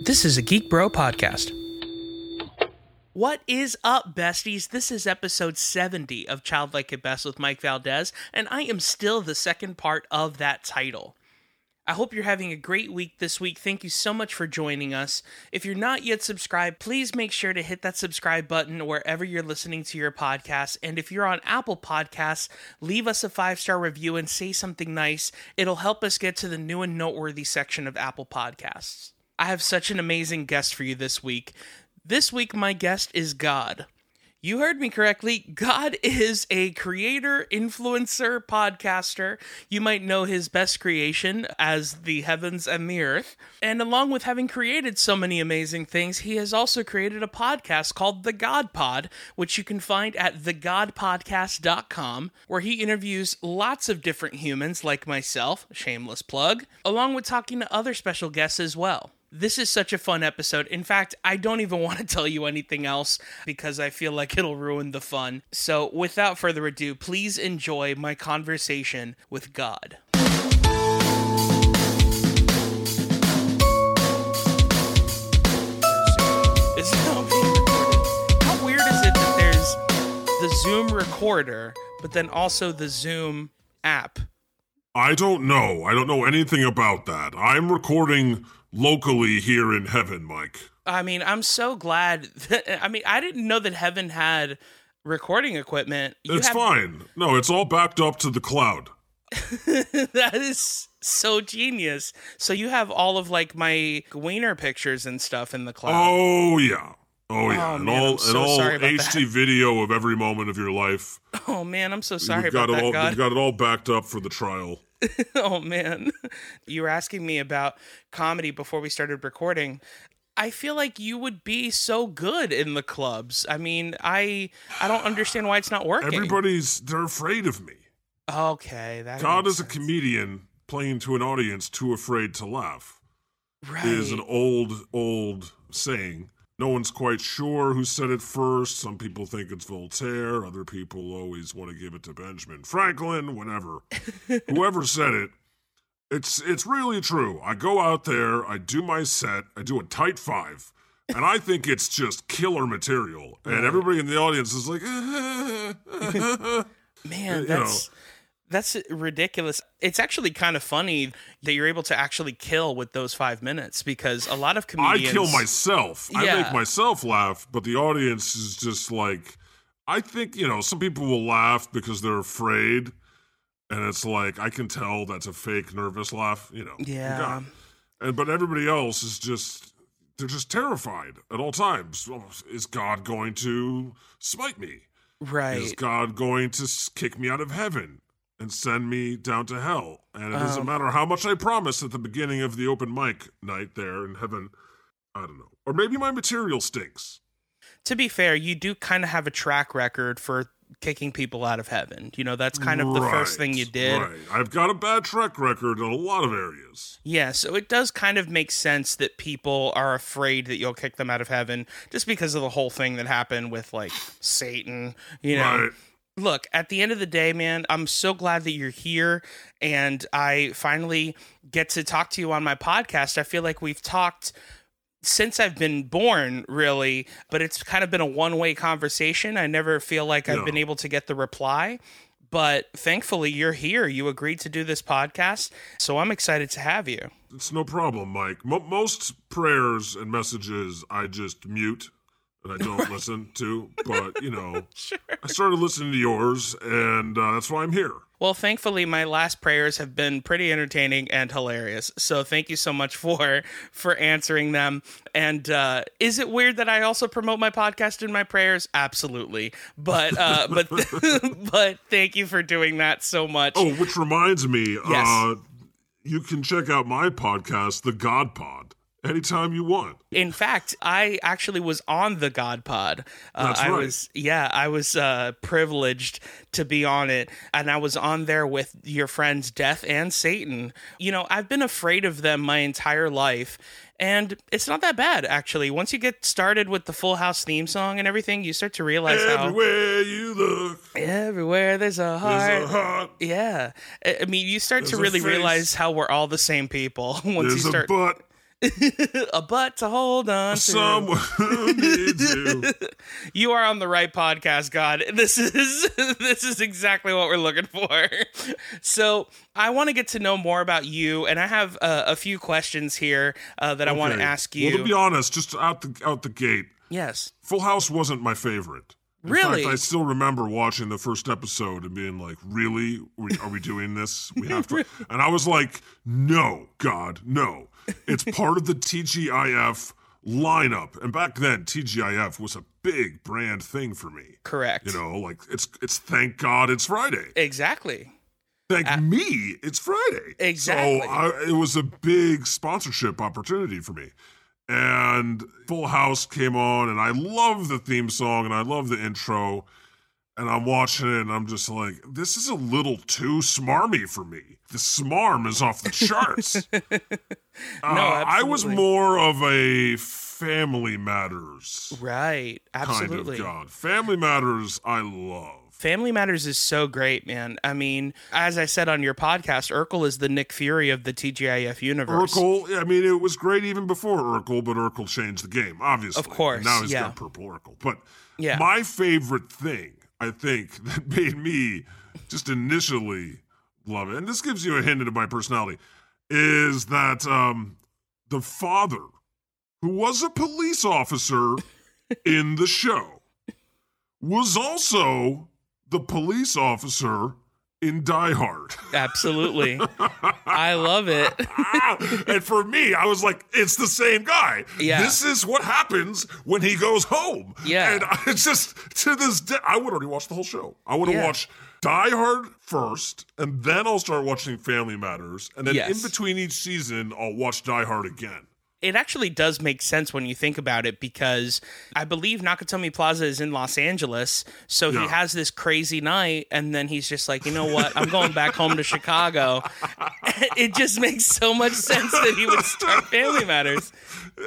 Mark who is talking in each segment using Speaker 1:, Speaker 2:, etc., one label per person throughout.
Speaker 1: This is a Geek Bro podcast. What is up, besties? This is episode 70 of Childlike at Best with Mike Valdez, and I am still the second part of that title. I hope you're having a great week this week. Thank you so much for joining us. If you're not yet subscribed, please make sure to hit that subscribe button wherever you're listening to your podcast. And if you're on Apple Podcasts, leave us a five star review and say something nice. It'll help us get to the new and noteworthy section of Apple Podcasts. I have such an amazing guest for you this week. This week, my guest is God. You heard me correctly. God is a creator, influencer, podcaster. You might know his best creation as the heavens and the earth. And along with having created so many amazing things, he has also created a podcast called The God Pod, which you can find at thegodpodcast.com, where he interviews lots of different humans like myself, shameless plug, along with talking to other special guests as well. This is such a fun episode. In fact, I don't even want to tell you anything else because I feel like it'll ruin the fun. So, without further ado, please enjoy my conversation with God. Is it all being recorded? How weird is it that there's the Zoom recorder, but then also the Zoom app?
Speaker 2: I don't know. I don't know anything about that. I'm recording locally here in heaven, Mike.
Speaker 1: I mean, I'm so glad. That, I mean, I didn't know that Heaven had recording equipment. You
Speaker 2: it's
Speaker 1: have-
Speaker 2: fine. No, it's all backed up to the cloud.
Speaker 1: that is so genius. So you have all of like my wiener pictures and stuff in the cloud.
Speaker 2: Oh yeah. Oh yeah.
Speaker 1: Oh,
Speaker 2: and
Speaker 1: man, I'm
Speaker 2: all
Speaker 1: so
Speaker 2: and all
Speaker 1: sorry about
Speaker 2: HD video of every moment of your life.
Speaker 1: Oh, man, I'm so sorry
Speaker 2: we've got
Speaker 1: about that,
Speaker 2: it all
Speaker 1: God.
Speaker 2: we've got it all backed up for the trial.
Speaker 1: oh man, you were asking me about comedy before we started recording. I feel like you would be so good in the clubs. I mean, I I don't understand why it's not working.
Speaker 2: Everybody's they're afraid of me.
Speaker 1: okay, that
Speaker 2: God
Speaker 1: makes
Speaker 2: is a
Speaker 1: sense.
Speaker 2: comedian playing to an audience too afraid to laugh.
Speaker 1: right.
Speaker 2: is an old, old saying. No one's quite sure who said it first. Some people think it's Voltaire. Other people always want to give it to Benjamin Franklin. Whatever, whoever said it, it's it's really true. I go out there, I do my set, I do a tight five, and I think it's just killer material. And everybody in the audience is like,
Speaker 1: Man,
Speaker 2: you
Speaker 1: that's that's ridiculous. It's actually kind of funny that you're able to actually kill with those five minutes because a lot of
Speaker 2: I
Speaker 1: comedians.
Speaker 2: kill myself. I
Speaker 1: Yeah.
Speaker 2: make myself laugh, but the audience is just like, I think, you know, some people will laugh because they're afraid. And it's like, I can tell that's a fake nervous laugh, you know.
Speaker 1: Yeah.
Speaker 2: God. And, but everybody else is just, they're just terrified at all times. Oh, Is God going to smite me? Is
Speaker 1: Right.
Speaker 2: God going to s- kick me out of heaven and send me down to hell? And it
Speaker 1: Oh.
Speaker 2: doesn't matter how much I promise at the beginning of the open mic night there in heaven. I don't know. Or maybe my material stinks.
Speaker 1: To be fair, you do kind of have a track record for kicking people out of heaven. You know, that's kind of the first thing
Speaker 2: Right,
Speaker 1: you did.
Speaker 2: Right. I've got a bad track record in a lot of areas.
Speaker 1: Yeah, so it does kind of make sense that people are afraid that you'll kick them out of heaven just because of the whole thing that happened with like Satan, you know.
Speaker 2: Right.
Speaker 1: Look, at the end of the day, man, I'm so glad that you're here and I finally get to talk to you on my podcast. I feel like we've talked since I've been born, really, but it's kind of been a one way conversation. I never feel like I've
Speaker 2: No.
Speaker 1: been able to get the reply. But thankfully, you're here. You agreed to do this podcast. So I'm excited to have you.
Speaker 2: It's no problem, Mike. Mo most prayers and messages I just mute and I don't listen to. But, you know, I started listening to yours, and uh, that's why I'm here.
Speaker 1: Well, thankfully, my last prayers have been pretty entertaining and hilarious. So thank you so much for for answering them. And uh, is it weird that I also promote my podcast in my prayers? Absolutely, but uh, but but thank you for doing that so much.
Speaker 2: Oh, which reminds me, uh,
Speaker 1: Yes.
Speaker 2: you can check out my podcast, The God Pod, anytime you want.
Speaker 1: In fact, I actually was on the God Pod. Uh,
Speaker 2: That's
Speaker 1: I
Speaker 2: right.
Speaker 1: was yeah, I was uh, privileged to be on it, and I was on there with your friends Death and Satan. You know, I've been afraid of them my entire life, and it's not that bad actually. Once you get started with the Full House theme song and everything, you start to realize how
Speaker 2: Everywhere you look,
Speaker 1: everywhere there's a heart.
Speaker 2: there's a heart,
Speaker 1: yeah, I I mean, you start to
Speaker 2: There's a
Speaker 1: really
Speaker 2: face.
Speaker 1: realize how we're all the same people once you
Speaker 2: there's a
Speaker 1: start.
Speaker 2: butt,
Speaker 1: a butt to hold on to.
Speaker 2: Someone needs you.
Speaker 1: you are on the right podcast, God. This is this is exactly what we're looking for. So I want to get to know more about you, and I have uh, a few questions here uh, that I want to
Speaker 2: Okay.
Speaker 1: ask
Speaker 2: Well,
Speaker 1: you.
Speaker 2: to be honest, just out the out the gate,
Speaker 1: yes,
Speaker 2: Full House wasn't my favorite. In
Speaker 1: Really?
Speaker 2: fact, I still remember watching the first episode and being like, "Really? We- Are we doing this? We have to." and I was like, "No, God, no! It's part of the TGIF lineup." And back then, TGIF was a big brand thing for me.
Speaker 1: correct.
Speaker 2: You know, like it's it's thank God it's Friday.
Speaker 1: Exactly.
Speaker 2: Thank me, it's Friday.
Speaker 1: Exactly.
Speaker 2: So I, it was a big sponsorship opportunity for me. And Full House came on, and I love the theme song and I love the intro. And I'm watching it, and I'm just like, this is a little too smarmy for me. The smarm is off the charts. no, I was
Speaker 1: absolutely.
Speaker 2: more of a Family Matters
Speaker 1: Right.
Speaker 2: kind
Speaker 1: Absolutely.
Speaker 2: of God. Family Matters, I love.
Speaker 1: Family Matters is so great, man. I mean, as I said on your podcast, Urkel is the Nick Fury of the TGIF universe.
Speaker 2: Urkel, I mean, it was great even before Urkel, but Urkel changed the game, obviously.
Speaker 1: Of course,
Speaker 2: now he's
Speaker 1: yeah.
Speaker 2: got purple Urkel. But
Speaker 1: Yeah.
Speaker 2: my favorite thing, I think, that made me just initially love it, and this gives you a hint into my personality, is that um, the father, who was a police officer in the show, was also the police officer in Die Hard.
Speaker 1: Absolutely. I love it.
Speaker 2: Ah, and for me, I was like, it's the same guy.
Speaker 1: Yeah.
Speaker 2: This is what happens when he goes home.
Speaker 1: Yeah.
Speaker 2: And I it's just, to this day, I would already watch the whole show. I would have
Speaker 1: Yeah.
Speaker 2: watched Die Hard first, and then I'll start watching Family Matters. And then
Speaker 1: Yes.
Speaker 2: in between each season, I'll watch Die Hard again.
Speaker 1: It actually does make sense when you think about it because I believe Nakatomi Plaza is in Los Angeles. So he
Speaker 2: Yeah.
Speaker 1: has this crazy night, and then he's just like, you know what? I'm going back home to Chicago. it just makes so much sense that he would start Family Matters.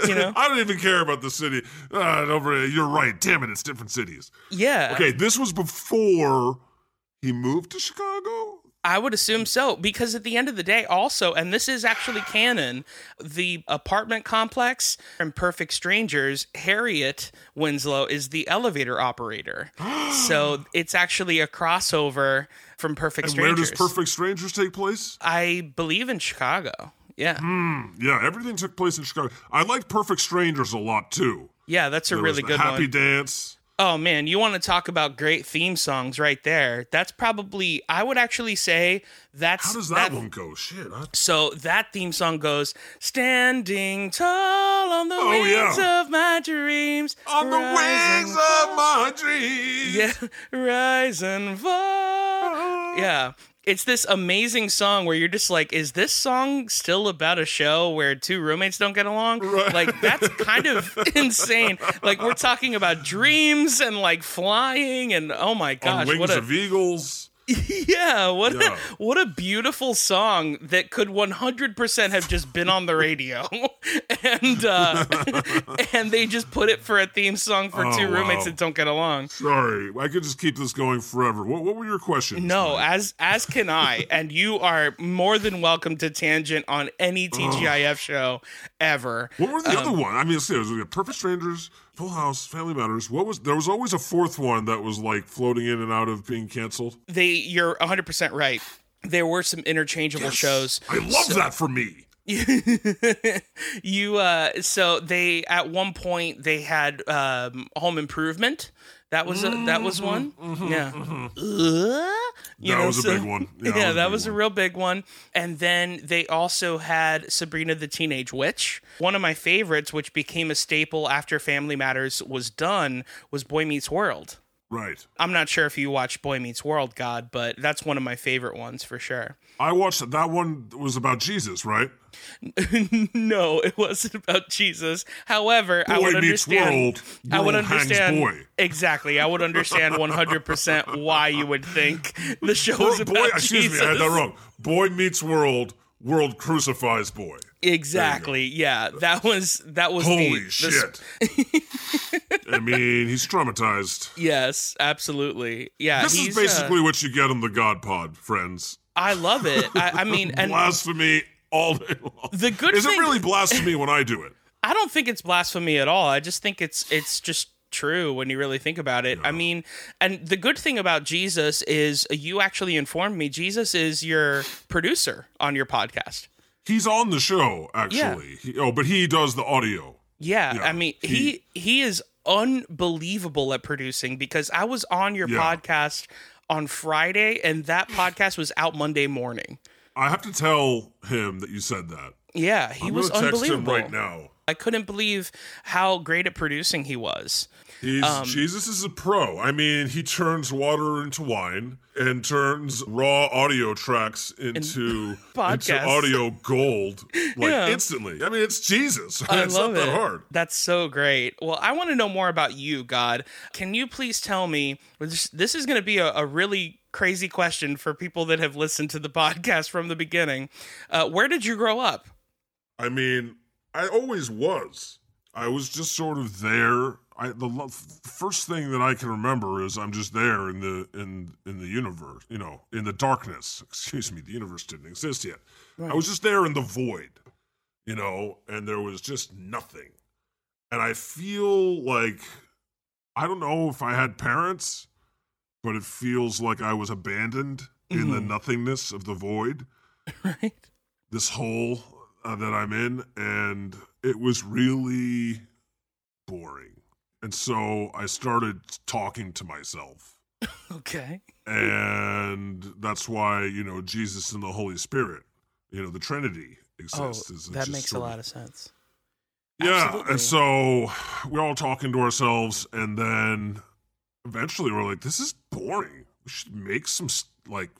Speaker 1: You know?
Speaker 2: I don't even care about the city. Uh, over, you're right. Damn it, it's different cities.
Speaker 1: Yeah.
Speaker 2: Okay, this was before he moved to Chicago.
Speaker 1: I would assume so because at the end of the day, also, and this is actually canon, the apartment complex and Perfect Strangers, Harriet Winslow is the elevator operator. so it's actually a crossover from Perfect
Speaker 2: And where
Speaker 1: Strangers.
Speaker 2: does Perfect Strangers take place?
Speaker 1: I believe in Chicago. Yeah,
Speaker 2: Hmm. Yeah, everything took place in Chicago. I like Perfect Strangers a lot too.
Speaker 1: yeah, that's a
Speaker 2: There was
Speaker 1: really
Speaker 2: the
Speaker 1: good
Speaker 2: Happy
Speaker 1: one.
Speaker 2: Dance.
Speaker 1: Oh man, you want to talk about great theme songs right there? That's probably I would actually say that's
Speaker 2: How does that, one go? Shit. I,
Speaker 1: So that theme song goes standing tall on the
Speaker 2: Oh,
Speaker 1: wings
Speaker 2: yeah.
Speaker 1: of my dreams.
Speaker 2: on the
Speaker 1: rise
Speaker 2: wings of my dreams.
Speaker 1: and- Yeah, rise and fall. Yeah. It's this amazing song where you're just like, is this song still about a show where two roommates don't get along?
Speaker 2: Right.
Speaker 1: Like, that's kind of insane. Like, we're talking about dreams and like flying and oh my
Speaker 2: on
Speaker 1: gosh,
Speaker 2: wings
Speaker 1: what a
Speaker 2: of eagles.
Speaker 1: yeah, what
Speaker 2: Yeah.
Speaker 1: A, what a beautiful song that could 100% have just been on the radio. and uh, and they just put it for a theme song for
Speaker 2: Oh,
Speaker 1: two roommates
Speaker 2: wow.
Speaker 1: that don't get along.
Speaker 2: Sorry, I could just keep this going forever. What, what were your questions?
Speaker 1: No, as as can I, and you are more than welcome to tangent on any TGIF show ever.
Speaker 2: What were the other one? I mean, let's see, it was like Perfect Strangers, Full House, Family Matters. What was there was always a fourth one that was like floating in and out of being canceled.
Speaker 1: They you're 100% right. There were some interchangeable shows.
Speaker 2: I love that for me.
Speaker 1: you uh so they at one point they had um home improvement that was a, that was one yeah Uh, you
Speaker 2: Mm-hmm. That
Speaker 1: know,
Speaker 2: was a
Speaker 1: so-
Speaker 2: big one. Yeah,
Speaker 1: yeah, that
Speaker 2: that was a big
Speaker 1: was a
Speaker 2: one.
Speaker 1: real big one and then they also had sabrina the teenage witch one of my favorites which became a staple after family matters was done was boy meets world
Speaker 2: Right.
Speaker 1: i'm not sure if you watched boy meets world god but that's one of my favorite ones for sure
Speaker 2: I watched that one was about Jesus, right?
Speaker 1: no, it wasn't about Jesus. However, I
Speaker 2: Boy
Speaker 1: would
Speaker 2: meets
Speaker 1: understand.
Speaker 2: world,
Speaker 1: I would
Speaker 2: world hangs
Speaker 1: understand
Speaker 2: boy.
Speaker 1: exactly. I would understand one hundred percent why you would think the show was
Speaker 2: Boy,
Speaker 1: about
Speaker 2: boy
Speaker 1: Jesus.
Speaker 2: excuse me, I had that wrong. Boy meets world, world crucifies boy.
Speaker 1: Exactly. Yeah, that was that was the,
Speaker 2: Holy
Speaker 1: the
Speaker 2: shit. I mean, he's traumatized.
Speaker 1: Yes, absolutely. Yeah,
Speaker 2: This
Speaker 1: he's,
Speaker 2: is
Speaker 1: uh,
Speaker 2: basically what you get on the God Pod, friends.
Speaker 1: I love it. I, I mean, and
Speaker 2: Blasphemy all day long.
Speaker 1: The good
Speaker 2: Is
Speaker 1: thing
Speaker 2: it really blasphemy when I do it?
Speaker 1: I don't think it's blasphemy at all. I just think it's it's just true when you really think about it. I mean, and the good thing about Jesus is you actually informed me. Jesus is your producer on your podcast.
Speaker 2: He's on the show actually. He, oh, but he does the audio.
Speaker 1: Yeah,
Speaker 2: Yeah,
Speaker 1: I mean, he he is unbelievable at producing because I was on your
Speaker 2: Yeah.
Speaker 1: podcast on Friday and that podcast was out Monday morning.
Speaker 2: I have to tell him that you said that.
Speaker 1: Yeah, he
Speaker 2: I'm
Speaker 1: was
Speaker 2: gonna text him
Speaker 1: unbelievable.
Speaker 2: right now.
Speaker 1: I couldn't believe how great at producing he was.
Speaker 2: He's
Speaker 1: Um,
Speaker 2: Jesus is a pro. I mean, he turns water into wine and turns raw audio tracks into, into
Speaker 1: podcasts.
Speaker 2: audio gold like
Speaker 1: Yeah.
Speaker 2: instantly. I mean, it's Jesus.
Speaker 1: I
Speaker 2: it's
Speaker 1: love
Speaker 2: not that
Speaker 1: it.
Speaker 2: hard.
Speaker 1: That's so great. Well, I want to know more about you, God. Can you please tell me? This, this is going to be a, a really crazy question for people that have listened to the podcast from the beginning. Uh, where did you grow up?
Speaker 2: I mean, I always was. I was just sort of there. I the lo- f- first thing that I can remember is I'm just there in the in in the universe, you know, in the darkness. Excuse me, the universe didn't exist yet. I was just there in the void, you know, and there was just nothing. And I feel like I don't know if I had parents, but it feels like I was abandoned in the
Speaker 1: Mhm.
Speaker 2: nothingness of the void
Speaker 1: Right.
Speaker 2: this hole uh, that I'm in, and it was really boring. And so I started talking to myself.
Speaker 1: Okay.
Speaker 2: And that's why, you know, Jesus and the Holy Spirit, you know, the Trinity exists.
Speaker 1: oh,
Speaker 2: It's
Speaker 1: that
Speaker 2: just
Speaker 1: makes a
Speaker 2: sort
Speaker 1: lot of sense.
Speaker 2: yeah,
Speaker 1: Absolutely.
Speaker 2: and so we're all talking to ourselves, and then eventually we're like, "This is boring. We should make some s- like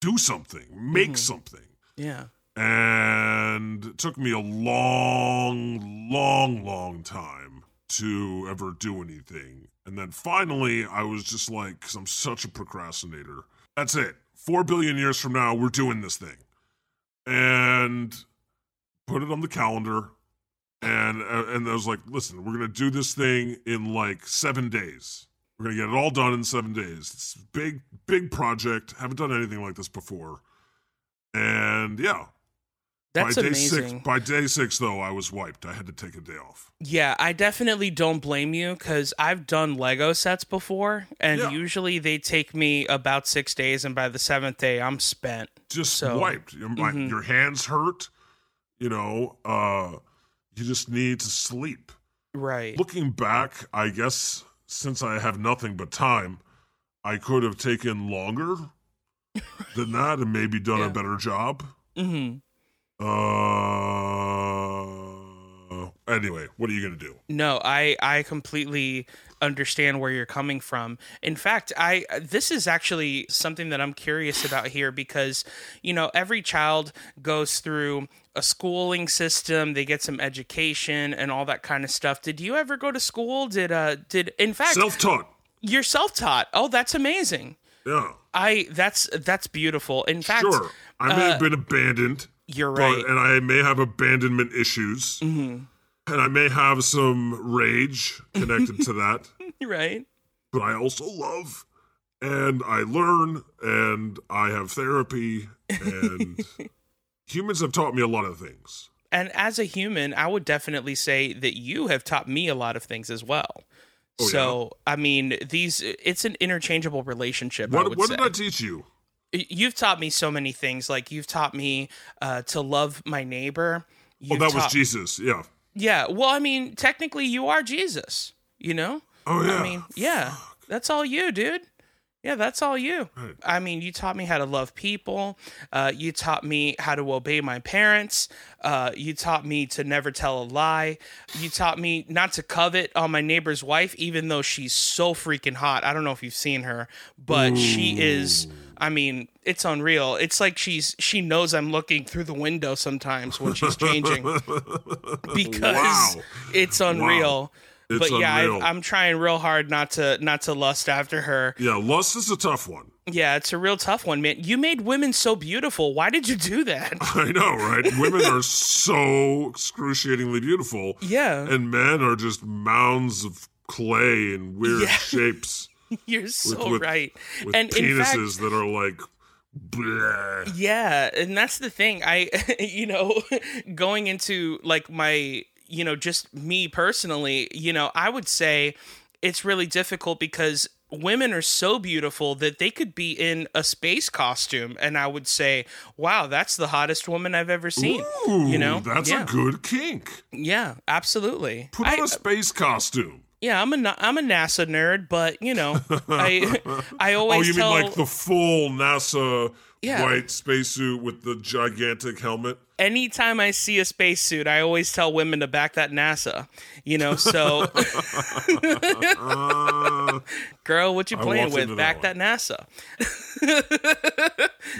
Speaker 2: do something, make
Speaker 1: Mhm.
Speaker 2: something."
Speaker 1: yeah.
Speaker 2: and it took me a long, long, long time to ever do anything. And then finally, I was just like, because I'm such a procrastinator. That's it. Four billion years from now, we're doing this thing. And put it on the calendar. And, uh, and I was like, listen, we're going to do this thing in like seven days. We're going to get it all done in seven days. It's a big, big project. Haven't done anything like this before. And yeah,
Speaker 1: That's
Speaker 2: by day
Speaker 1: amazing.
Speaker 2: six, by day six though, I was wiped. I had to take a day off.
Speaker 1: Yeah, I definitely don't blame you because I've done Lego sets before, and
Speaker 2: Yeah.
Speaker 1: usually they take me about six days, and by the seventh day, I'm spent.
Speaker 2: Just
Speaker 1: So,
Speaker 2: wiped. Your, my,
Speaker 1: mhm.
Speaker 2: your hands hurt. You know, uh, you just need to sleep.
Speaker 1: Right.
Speaker 2: Looking back, I guess since I have nothing but time, I could have taken longer than that and maybe done
Speaker 1: Yeah.
Speaker 2: a better job.
Speaker 1: hmm
Speaker 2: Uh, anyway, what are you gonna do?
Speaker 1: No, I I completely understand where you're coming from. In fact, I this is actually something that I'm curious about here because you know, every child goes through a schooling system, they get some education and all that kind of stuff. Did you ever go to school? Did uh did in fact
Speaker 2: Self-taught.
Speaker 1: you're self-taught. Oh, that's amazing.
Speaker 2: Yeah,
Speaker 1: I that's that's uh, beautiful. In fact,
Speaker 2: sure. I may have been abandoned.
Speaker 1: you're right.
Speaker 2: but and I may have abandonment issues, and I may have some rage connected to that.
Speaker 1: You're right.
Speaker 2: But I also love, and I learn, and I have therapy, and humans have taught me a lot of things.
Speaker 1: and as a human, I would definitely say that you have taught me a lot of things as well.
Speaker 2: Oh,
Speaker 1: so I mean, these it's an interchangeable relationship. I
Speaker 2: What
Speaker 1: would
Speaker 2: what
Speaker 1: say.
Speaker 2: did I teach you? Oh,
Speaker 1: You've taught me so many things. Like you've taught me uh, to love my neighbor.
Speaker 2: Oh,
Speaker 1: You've
Speaker 2: that was
Speaker 1: taught-
Speaker 2: Jesus. Yeah.
Speaker 1: Yeah. Well, I mean, technically, you are Jesus. You know.
Speaker 2: Oh yeah.
Speaker 1: I mean, yeah, that's all you, dude. Yeah, that's all you. I mean, you taught me how to love people. Uh, you taught me how to obey my parents. Uh, you taught me to never tell a lie. You taught me not to covet on my neighbor's wife, even though she's so freaking hot. I don't know if you've seen her, but she is. I mean, it's unreal. It's like she's she knows I'm looking through the window sometimes when she's changing because
Speaker 2: Wow.
Speaker 1: it's unreal.
Speaker 2: It's
Speaker 1: but yeah,
Speaker 2: unreal.
Speaker 1: I, I'm trying real hard not to not to lust after her.
Speaker 2: yeah, lust is a tough one.
Speaker 1: Yeah, it's a real tough one, man. You made women so beautiful. Why did you do that?
Speaker 2: I know, right? Women are so excruciatingly beautiful.
Speaker 1: Yeah,
Speaker 2: and men are just mounds of clay and weird
Speaker 1: Yeah.
Speaker 2: shapes
Speaker 1: you're so
Speaker 2: with-
Speaker 1: right.
Speaker 2: with
Speaker 1: and in fact,
Speaker 2: penises that are like Bleh.
Speaker 1: Yeah, and that's the thing. I, you know, going into like my, you know, just me personally, you know, I would say it's really difficult because women are so beautiful that they could be in a space costume and I would say, "Wow, that's the hottest woman I've ever seen."
Speaker 2: Ooh,
Speaker 1: you know?
Speaker 2: that's
Speaker 1: yeah.
Speaker 2: a good kink.
Speaker 1: Yeah, absolutely.
Speaker 2: Put
Speaker 1: I- uh,
Speaker 2: on a space costume.
Speaker 1: yeah, I'm a na- I'm a NASA nerd, but you know, I I always
Speaker 2: Oh, you
Speaker 1: tell
Speaker 2: mean like the full NASA
Speaker 1: Yeah.
Speaker 2: white spacesuit with the gigantic helmet?
Speaker 1: anytime I see a spacesuit, I always tell women to back that NASA. You know, so
Speaker 2: Uh,
Speaker 1: girl, what you
Speaker 2: I
Speaker 1: playing
Speaker 2: walked
Speaker 1: with?
Speaker 2: into
Speaker 1: back
Speaker 2: that
Speaker 1: that NASA.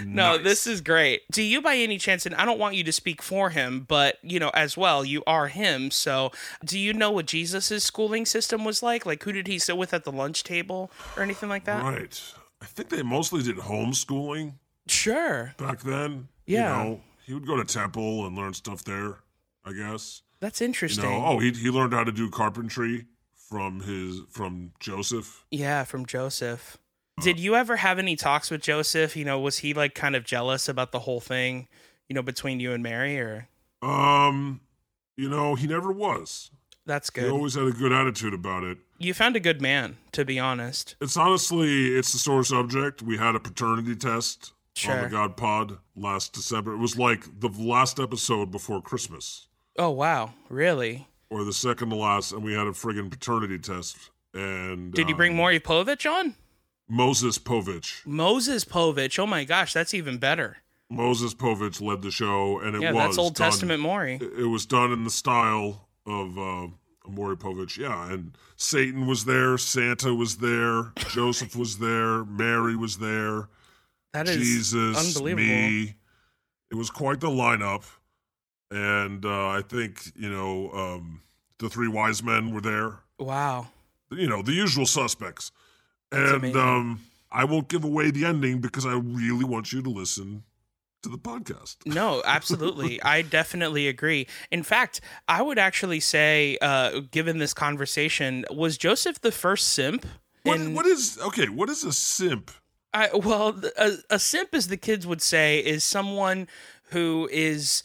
Speaker 1: no, this is great. Do you by any chance and I don't want you to speak for him, but you know, as well, you are him, so do you know what Jesus' schooling system was like? Like who did he sit with at the lunch table or anything like that?
Speaker 2: right. I think they mostly did homeschooling
Speaker 1: Sure.
Speaker 2: back then.
Speaker 1: Yeah.
Speaker 2: You know, he would go to temple and learn stuff there, I guess.
Speaker 1: That's
Speaker 2: You
Speaker 1: interesting.
Speaker 2: know, oh, he, he learned how to do carpentry from his from Joseph.
Speaker 1: Yeah, from Joseph.
Speaker 2: Uh-huh.
Speaker 1: Did you ever have any talks with Joseph? You know, was he like kind of jealous about the whole thing, you know, between you and Mary or
Speaker 2: Um, you know, he never was.
Speaker 1: that's
Speaker 2: He
Speaker 1: good.
Speaker 2: always had a good attitude about it.
Speaker 1: you found a good man, to be honest.
Speaker 2: It's honestly, it's the sore subject. We had a paternity test on
Speaker 1: Sure.
Speaker 2: the God Pod last December. It was like the last episode before Christmas,
Speaker 1: Oh wow, really?
Speaker 2: or the second to last, and we had a friggin' paternity test. And
Speaker 1: Did you bring
Speaker 2: um,
Speaker 1: Maury Povich on?
Speaker 2: Moses Povich?
Speaker 1: Moses Povich. Oh my gosh, that's even better.
Speaker 2: Moses Povich led the show, and it
Speaker 1: Yeah,
Speaker 2: was
Speaker 1: that's Old
Speaker 2: done-
Speaker 1: Testament Maury.
Speaker 2: It it was done in the style of uh, Maury Povich. Yeah, and Satan was there, Santa was there, Joseph was there, Mary was there.
Speaker 1: That is
Speaker 2: Jesus,
Speaker 1: unbelievable.
Speaker 2: me. It was quite the lineup, and uh, I think you know um, the three wise men were there.
Speaker 1: Wow.
Speaker 2: You know the usual suspects,
Speaker 1: That's
Speaker 2: and
Speaker 1: amazing.
Speaker 2: um, I won't give away the ending because I really want you to listen to the podcast.
Speaker 1: No, absolutely. I definitely agree. In fact, I would actually say, uh, given this conversation, was Joseph the first simp?
Speaker 2: What,
Speaker 1: in-
Speaker 2: what is okay? What is a simp?
Speaker 1: I, well, th- a, a simp, as the kids would say, is someone who is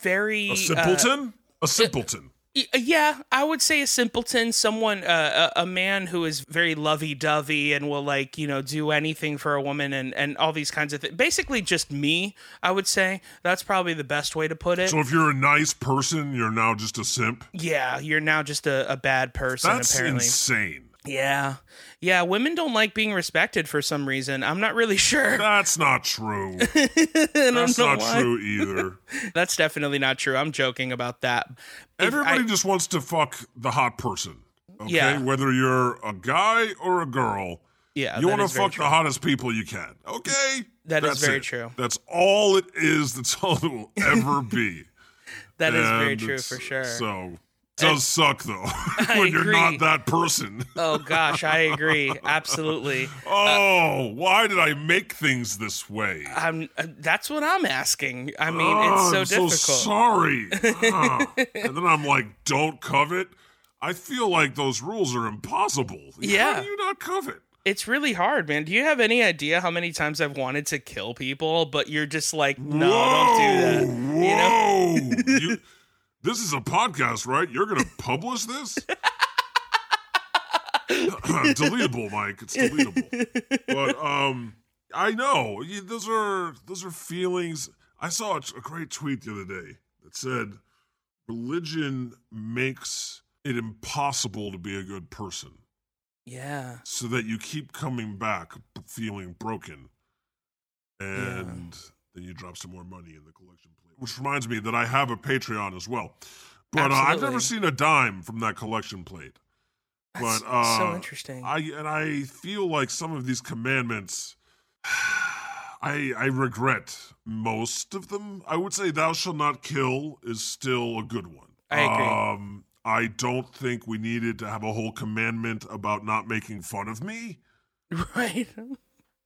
Speaker 1: very
Speaker 2: A
Speaker 1: uh,
Speaker 2: simpleton? a simpleton.
Speaker 1: Y- uh, Yeah, I would say a simpleton, someone, uh, a, a man who is very lovey-dovey and will like you know do anything for a woman and and all these kinds of things. Basically, just me. I would say that's probably the best way to put it.
Speaker 2: so if you're a nice person, you're now just a simp.
Speaker 1: yeah, you're now just a, a bad person.
Speaker 2: That's
Speaker 1: apparently,
Speaker 2: insane.
Speaker 1: yeah, yeah. Women don't like being respected for some reason. I'm not really sure.
Speaker 2: That's not true.
Speaker 1: I don't
Speaker 2: That's
Speaker 1: know
Speaker 2: not
Speaker 1: why.
Speaker 2: true either.
Speaker 1: That's definitely not true. I'm joking about that. If I-
Speaker 2: Everybody just wants to fuck the hot person. Okay?
Speaker 1: Yeah.
Speaker 2: Whether you're a guy or a girl,
Speaker 1: yeah,
Speaker 2: you
Speaker 1: that
Speaker 2: want to
Speaker 1: is very
Speaker 2: fuck the hottest people you can. Okay?
Speaker 1: That is
Speaker 2: That's
Speaker 1: very
Speaker 2: it.
Speaker 1: true.
Speaker 2: That's all it is. That's all it will ever be.
Speaker 1: That is very
Speaker 2: And
Speaker 1: true
Speaker 2: it's-
Speaker 1: for sure.
Speaker 2: So it does suck though
Speaker 1: I
Speaker 2: when you're
Speaker 1: agree.
Speaker 2: not that person.
Speaker 1: Oh gosh, I agree. Absolutely.
Speaker 2: Oh, why did I make things this way?
Speaker 1: I'm uh, that's what I'm asking. I mean,
Speaker 2: Oh,
Speaker 1: it's so
Speaker 2: I'm
Speaker 1: difficult.
Speaker 2: so sorry. Ah. and then I'm like, don't covet. I feel like those rules are impossible.
Speaker 1: Yeah.
Speaker 2: How do you not covet?
Speaker 1: it's really hard, man. Do you have any idea how many times I've wanted to kill people, but you're just like, no,
Speaker 2: whoa,
Speaker 1: don't do that. You know?
Speaker 2: Whoa. You- this is a podcast, right? You're going to publish this? deletable, Mike. It's deletable. But um I know. You- Those are those are feelings. I saw a, a great tweet the other day that said religion makes it impossible to be a good person
Speaker 1: Yeah.
Speaker 2: so that you keep coming back b- feeling broken and then you drop some more money in the collection plate which reminds me that i have a patreon as well but uh, i've never
Speaker 1: Absolutely.
Speaker 2: seen a dime from that collection plate
Speaker 1: That's
Speaker 2: but uh,
Speaker 1: so interesting.
Speaker 2: i and i feel like some of these commandments i i regret most of them i would say thou shall not kill is still a good one
Speaker 1: I agree.
Speaker 2: um i don't think we needed to have a whole commandment about not making fun of me
Speaker 1: right.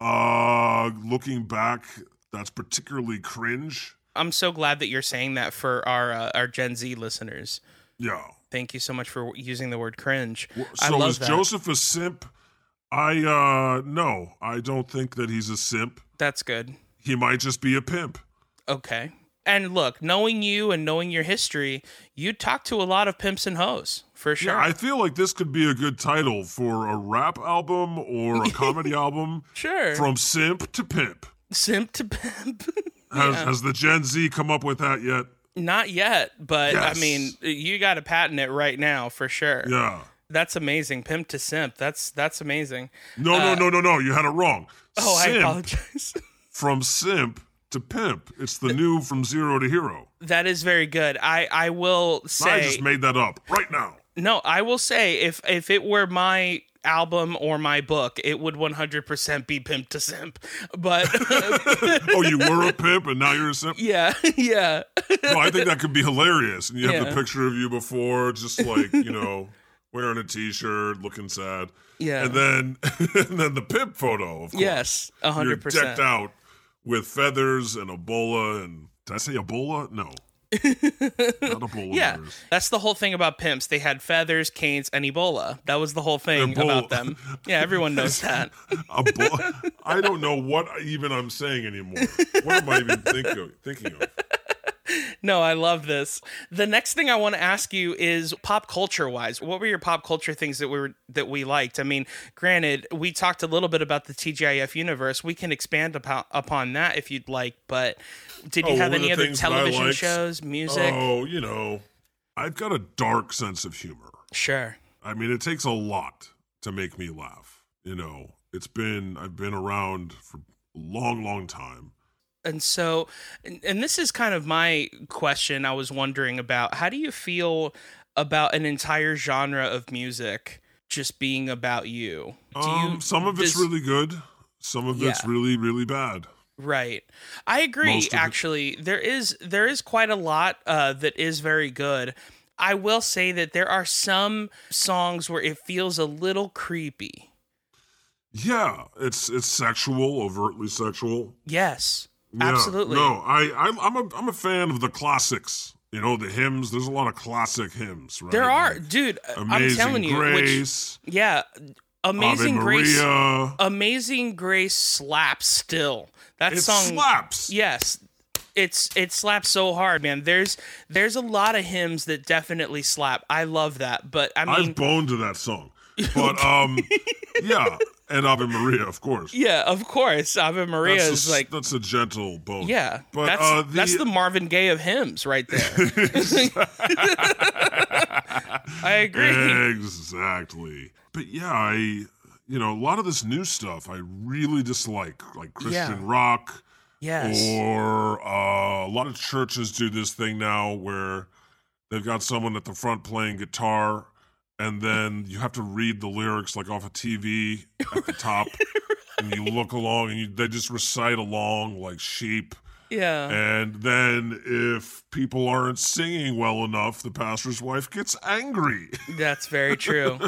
Speaker 2: uh, looking back, that's particularly cringe.
Speaker 1: I'm so glad that you're saying that for our uh, our Gen Z listeners.
Speaker 2: Yeah.
Speaker 1: Thank you so much for using the word cringe.
Speaker 2: W-
Speaker 1: I
Speaker 2: So
Speaker 1: love
Speaker 2: is
Speaker 1: that.
Speaker 2: Joseph a simp? I uh no, I don't think that he's a simp.
Speaker 1: That's good.
Speaker 2: He might just be a pimp.
Speaker 1: Okay. And look, knowing you and knowing your history, you talk to a lot of pimps and hoes for sure.
Speaker 2: Yeah, I feel like this could be a good title for a rap album or a comedy album.
Speaker 1: sure.
Speaker 2: From simp to pimp.
Speaker 1: Simp to pimp.
Speaker 2: Has, has the Gen Z come up with that yet?
Speaker 1: Not yet, but
Speaker 2: Yes.
Speaker 1: I mean, you got to patent it right now for sure.
Speaker 2: Yeah.
Speaker 1: That's amazing. Pimp to simp. That's that's amazing.
Speaker 2: No, no, no, no, no. You had it wrong.
Speaker 1: Uh, Oh, I
Speaker 2: Simp
Speaker 1: apologize.
Speaker 2: From simp to pimp. It's the new from zero to hero.
Speaker 1: that is very good. I I will
Speaker 2: I
Speaker 1: say
Speaker 2: just made that up right now.
Speaker 1: No, I will say if if it were my album or my book, it would 100% be pimp to simp. But
Speaker 2: Oh, you were a pimp and now you're a simp?
Speaker 1: yeah, yeah.
Speaker 2: No, I think that could be hilarious. And you have
Speaker 1: Yeah.
Speaker 2: the picture of you before, just like, you know, wearing a t shirt, looking sad.
Speaker 1: Yeah.
Speaker 2: And then and then the pimp photo, of course.
Speaker 1: Yes, a
Speaker 2: You're
Speaker 1: 100%.
Speaker 2: decked out with feathers and Ebola and did I say Ebola? No. Not Ebola.
Speaker 1: Yeah,
Speaker 2: virus.
Speaker 1: that's the whole thing about pimps. They had feathers, canes, and Ebola. That was the whole thing
Speaker 2: Ebola.
Speaker 1: about them. Yeah, everyone knows that.
Speaker 2: Ebo- I don't know what even I'm saying anymore. What am I even think of, thinking of?
Speaker 1: No, I love this. The next thing I want to ask you is pop culture wise. What were your pop culture things that we were that we liked? I mean, granted, we talked a little bit about the TGIF universe. We can expand upon, upon that if you'd like, but did you
Speaker 2: Oh,
Speaker 1: have
Speaker 2: one of
Speaker 1: any
Speaker 2: the
Speaker 1: other
Speaker 2: things that I
Speaker 1: television
Speaker 2: liked?
Speaker 1: shows, music?
Speaker 2: Oh, you know, I've got a dark sense of humor.
Speaker 1: Sure.
Speaker 2: I mean, it takes a lot to make me laugh. You know, it's been I've been around for a long, long time.
Speaker 1: And so, and, and this is kind of my question I was wondering about. How do you feel about an entire genre of music just being about you? Do
Speaker 2: um,
Speaker 1: you
Speaker 2: some of it's
Speaker 1: does-
Speaker 2: really good. Some of it's
Speaker 1: Yeah.
Speaker 2: really, really bad.
Speaker 1: Right. I agree
Speaker 2: Most of it.
Speaker 1: actually. There is there is quite a lot uh that is very good. I will say that there are some songs where it feels a little creepy.
Speaker 2: Yeah, it's it's sexual, overtly sexual.
Speaker 1: Yes.
Speaker 2: Yeah.
Speaker 1: Absolutely.
Speaker 2: No, I I'm I'm a I'm a fan of the classics. You know, the hymns. There's a lot of classic hymns. Right?
Speaker 1: There are,
Speaker 2: Like
Speaker 1: dude, I'm
Speaker 2: Amazing
Speaker 1: telling you, which
Speaker 2: Grace,
Speaker 1: yeah, Amazing
Speaker 2: Ave
Speaker 1: Grace
Speaker 2: Maria.
Speaker 1: Amazing Grace slaps still. That
Speaker 2: It
Speaker 1: song
Speaker 2: slaps.
Speaker 1: Yes. It's it slaps so hard, man. There's there's a lot of hymns that definitely slap. I love that. But I mean
Speaker 2: I've boned to that song. But um yeah, and Ave Maria, of course.
Speaker 1: Yeah, of course. Ave Maria
Speaker 2: that's a,
Speaker 1: is
Speaker 2: s-
Speaker 1: like,
Speaker 2: that's a gentle bone.
Speaker 1: yeah,
Speaker 2: but
Speaker 1: that's
Speaker 2: uh, the,
Speaker 1: that's the Marvin Gaye of hymns right there. I agree.
Speaker 2: exactly. But yeah, I you know a lot of this new stuff I really dislike, like Christian
Speaker 1: Yeah.
Speaker 2: rock,
Speaker 1: Yes.
Speaker 2: or uh, a lot of churches do this thing now where they've got someone at the front playing guitar. And then you have to read the lyrics like off a TV at the top, and you look along, and you, they just recite along like sheep.
Speaker 1: Yeah.
Speaker 2: And then if people aren't singing well enough, the pastor's wife gets angry
Speaker 1: That's very true.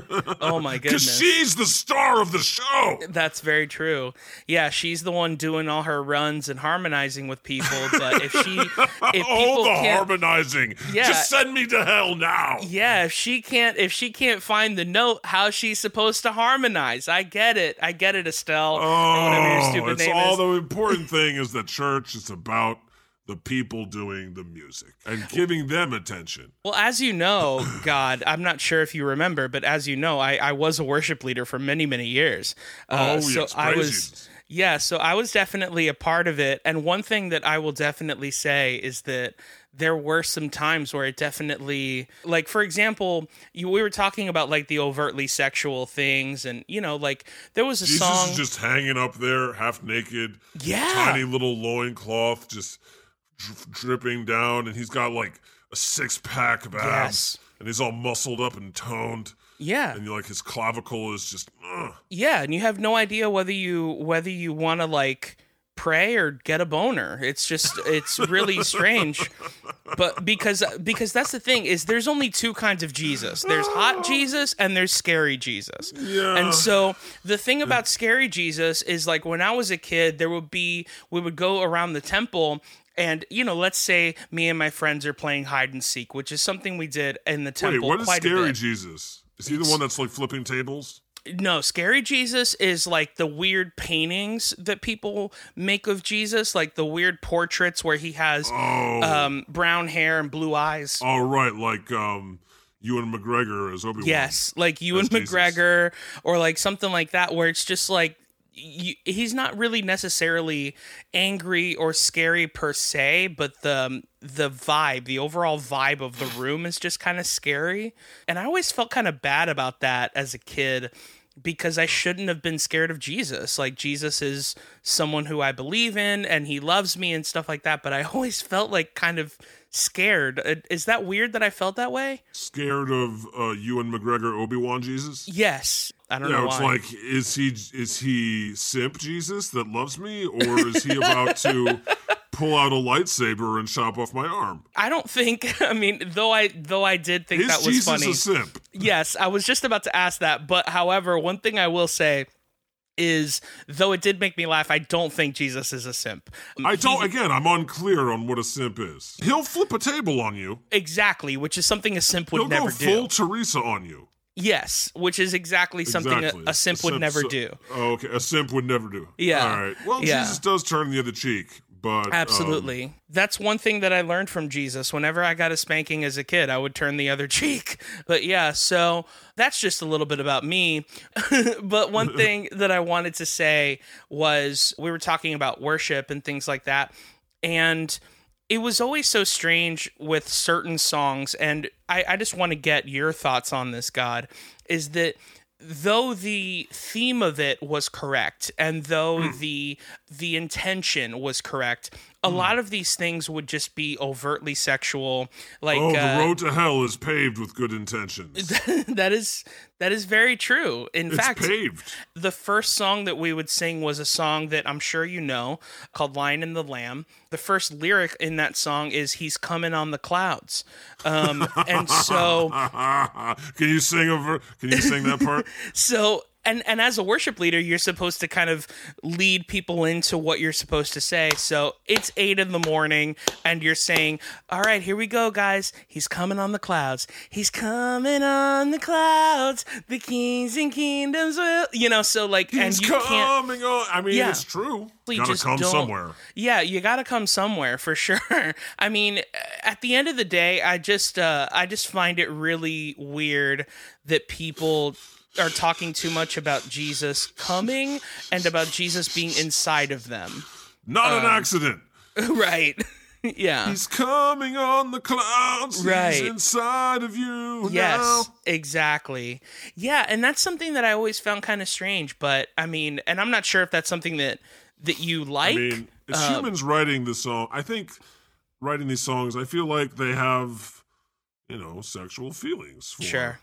Speaker 1: Oh my
Speaker 2: because
Speaker 1: goodness.
Speaker 2: she's the star of the show.
Speaker 1: That's very true. Yeah, she's the one doing all her runs and harmonizing with people, but if she if people
Speaker 2: oh, the
Speaker 1: can't
Speaker 2: harmonizing.
Speaker 1: Yeah.
Speaker 2: Just send me to hell now.
Speaker 1: yeah, if she can't if she can't find the note, how's she supposed to harmonize? I get it. I get it, Estelle. or whatever your
Speaker 2: Oh,
Speaker 1: stupid
Speaker 2: it's
Speaker 1: name
Speaker 2: all
Speaker 1: is.
Speaker 2: the important thing is that church is about the people doing the music and giving them attention.
Speaker 1: Well, as you know, God, I'm not sure if you remember, but as you know, I, I was a worship leader for many, many years. Uh,
Speaker 2: Oh,
Speaker 1: so
Speaker 2: yes,
Speaker 1: I
Speaker 2: praise
Speaker 1: was,
Speaker 2: Jesus.
Speaker 1: yeah, so I was definitely a part of it. And one thing that I will definitely say is that there were some times where it definitely, like, for example, you, we were talking about like the overtly sexual things, and you know, like there was a
Speaker 2: Jesus
Speaker 1: song,
Speaker 2: is just hanging up there, half naked,
Speaker 1: yeah,
Speaker 2: tiny little loincloth just dri- dripping down, and he's got like a six pack of abs,
Speaker 1: Yes.
Speaker 2: and he's all muscled up and toned,
Speaker 1: yeah,
Speaker 2: and like his clavicle is just. ugh.
Speaker 1: yeah, and you have no idea whether you whether you want to like pray or get a boner. It's just it's really strange. But because because that's the thing is there's only two kinds of Jesus. There's hot Jesus and there's scary Jesus.
Speaker 2: Yeah.
Speaker 1: And so the thing about scary Jesus is like when I was a kid, there would be we would go around the temple. And you know, let's say me and my friends are playing hide and seek, which is something we did in the
Speaker 2: Wait,
Speaker 1: temple.
Speaker 2: what is
Speaker 1: quite a
Speaker 2: scary
Speaker 1: bit.
Speaker 2: Jesus? Is he the one that's like flipping tables?
Speaker 1: no, Scary Jesus is like the weird paintings that people make of Jesus, like the weird portraits where he has
Speaker 2: Oh,
Speaker 1: um, brown hair and blue eyes.
Speaker 2: all Oh, right, like um, Ewan McGregor as Obi Wan.
Speaker 1: Yes, like you and
Speaker 2: Jesus.
Speaker 1: McGregor, or like something like that, where it's just like you, he's not really necessarily angry or scary per se, but the um, the vibe, the overall vibe of the room is just kind of scary. And I always felt kind of bad about that as a kid because I shouldn't have been scared of Jesus. Like Jesus is someone who I believe in and he loves me and stuff like that, but I always felt like kind of scared. Uh, Is that weird that I felt that way?
Speaker 2: Scared of uh, Ewan McGregor Obi Wan Jesus?
Speaker 1: Yes. I don't
Speaker 2: Yeah,
Speaker 1: know
Speaker 2: it's
Speaker 1: why.
Speaker 2: like is he is he simp Jesus that loves me, or is he about to pull out a lightsaber and chop off my arm?
Speaker 1: I don't think. I mean, though I though I did think
Speaker 2: Is
Speaker 1: that was
Speaker 2: Jesus
Speaker 1: funny.
Speaker 2: a simp?
Speaker 1: yes, I was just about to ask that. But however, one thing I will say is, though it did make me laugh, I don't think Jesus is a simp.
Speaker 2: I don't. Again, I'm unclear on what a simp is. He'll flip a table on you.
Speaker 1: Exactly, which is something a simp would
Speaker 2: He'll
Speaker 1: never
Speaker 2: go full
Speaker 1: do.
Speaker 2: Teresa on you.
Speaker 1: Yes, which is exactly something
Speaker 2: Exactly.
Speaker 1: a, a simp would never
Speaker 2: so-
Speaker 1: do.
Speaker 2: Oh, okay, a simp would never do.
Speaker 1: Yeah.
Speaker 2: All right. Well,
Speaker 1: Yeah.
Speaker 2: Jesus does turn the other cheek, but um,
Speaker 1: Absolutely. That's one thing that I learned from Jesus. Whenever I got a spanking as a kid, I would turn the other cheek. But yeah, so that's just a little bit about me. but one thing that I wanted to say was we were talking about worship and things like that. And it was always so strange with certain songs. And I, I just want to get your thoughts on this, God, is that though the theme of it was correct and though
Speaker 2: Hmm.
Speaker 1: the the intention was correct a lot of these things would just be overtly sexual like
Speaker 2: oh,
Speaker 1: uh,
Speaker 2: the road to hell is paved with good intentions.
Speaker 1: that is that is very true in
Speaker 2: It's
Speaker 1: fact
Speaker 2: paved.
Speaker 1: the first song that we would sing was a song that I'm sure you know called Lion and the Lamb. The first lyric in that song is He's coming on the clouds. Um, and so,
Speaker 2: can you sing over? Can you sing that part?
Speaker 1: so. And, and as a worship leader, you're supposed to kind of lead people into what you're supposed to say. So it's eight in the morning, and you're saying, All right, here we go, guys. He's coming on the clouds. He's coming on the clouds. The kings and kingdoms will, you know, so like, and
Speaker 2: It's
Speaker 1: you can't.
Speaker 2: coming on. I mean,
Speaker 1: Yeah.
Speaker 2: it's true.
Speaker 1: Please
Speaker 2: Gotta
Speaker 1: just
Speaker 2: come
Speaker 1: don't-
Speaker 2: somewhere.
Speaker 1: Yeah, you got to come somewhere for sure. I mean, at the end of the day, I just uh I just find it really weird that people are talking too much about Jesus coming and about Jesus being inside of them.
Speaker 2: Not
Speaker 1: uh,
Speaker 2: an accident.
Speaker 1: right. yeah.
Speaker 2: He's coming on the clouds. He's
Speaker 1: Right.
Speaker 2: inside of you.
Speaker 1: Yes,
Speaker 2: now.
Speaker 1: exactly. Yeah, and that's something that I always found kind of strange, but I mean, and I'm not sure if that's something that that you like. Um,
Speaker 2: I mean, it's
Speaker 1: uh,
Speaker 2: humans writing the song. I think writing these songs, I feel like they have, you know, sexual feelings for
Speaker 1: sure.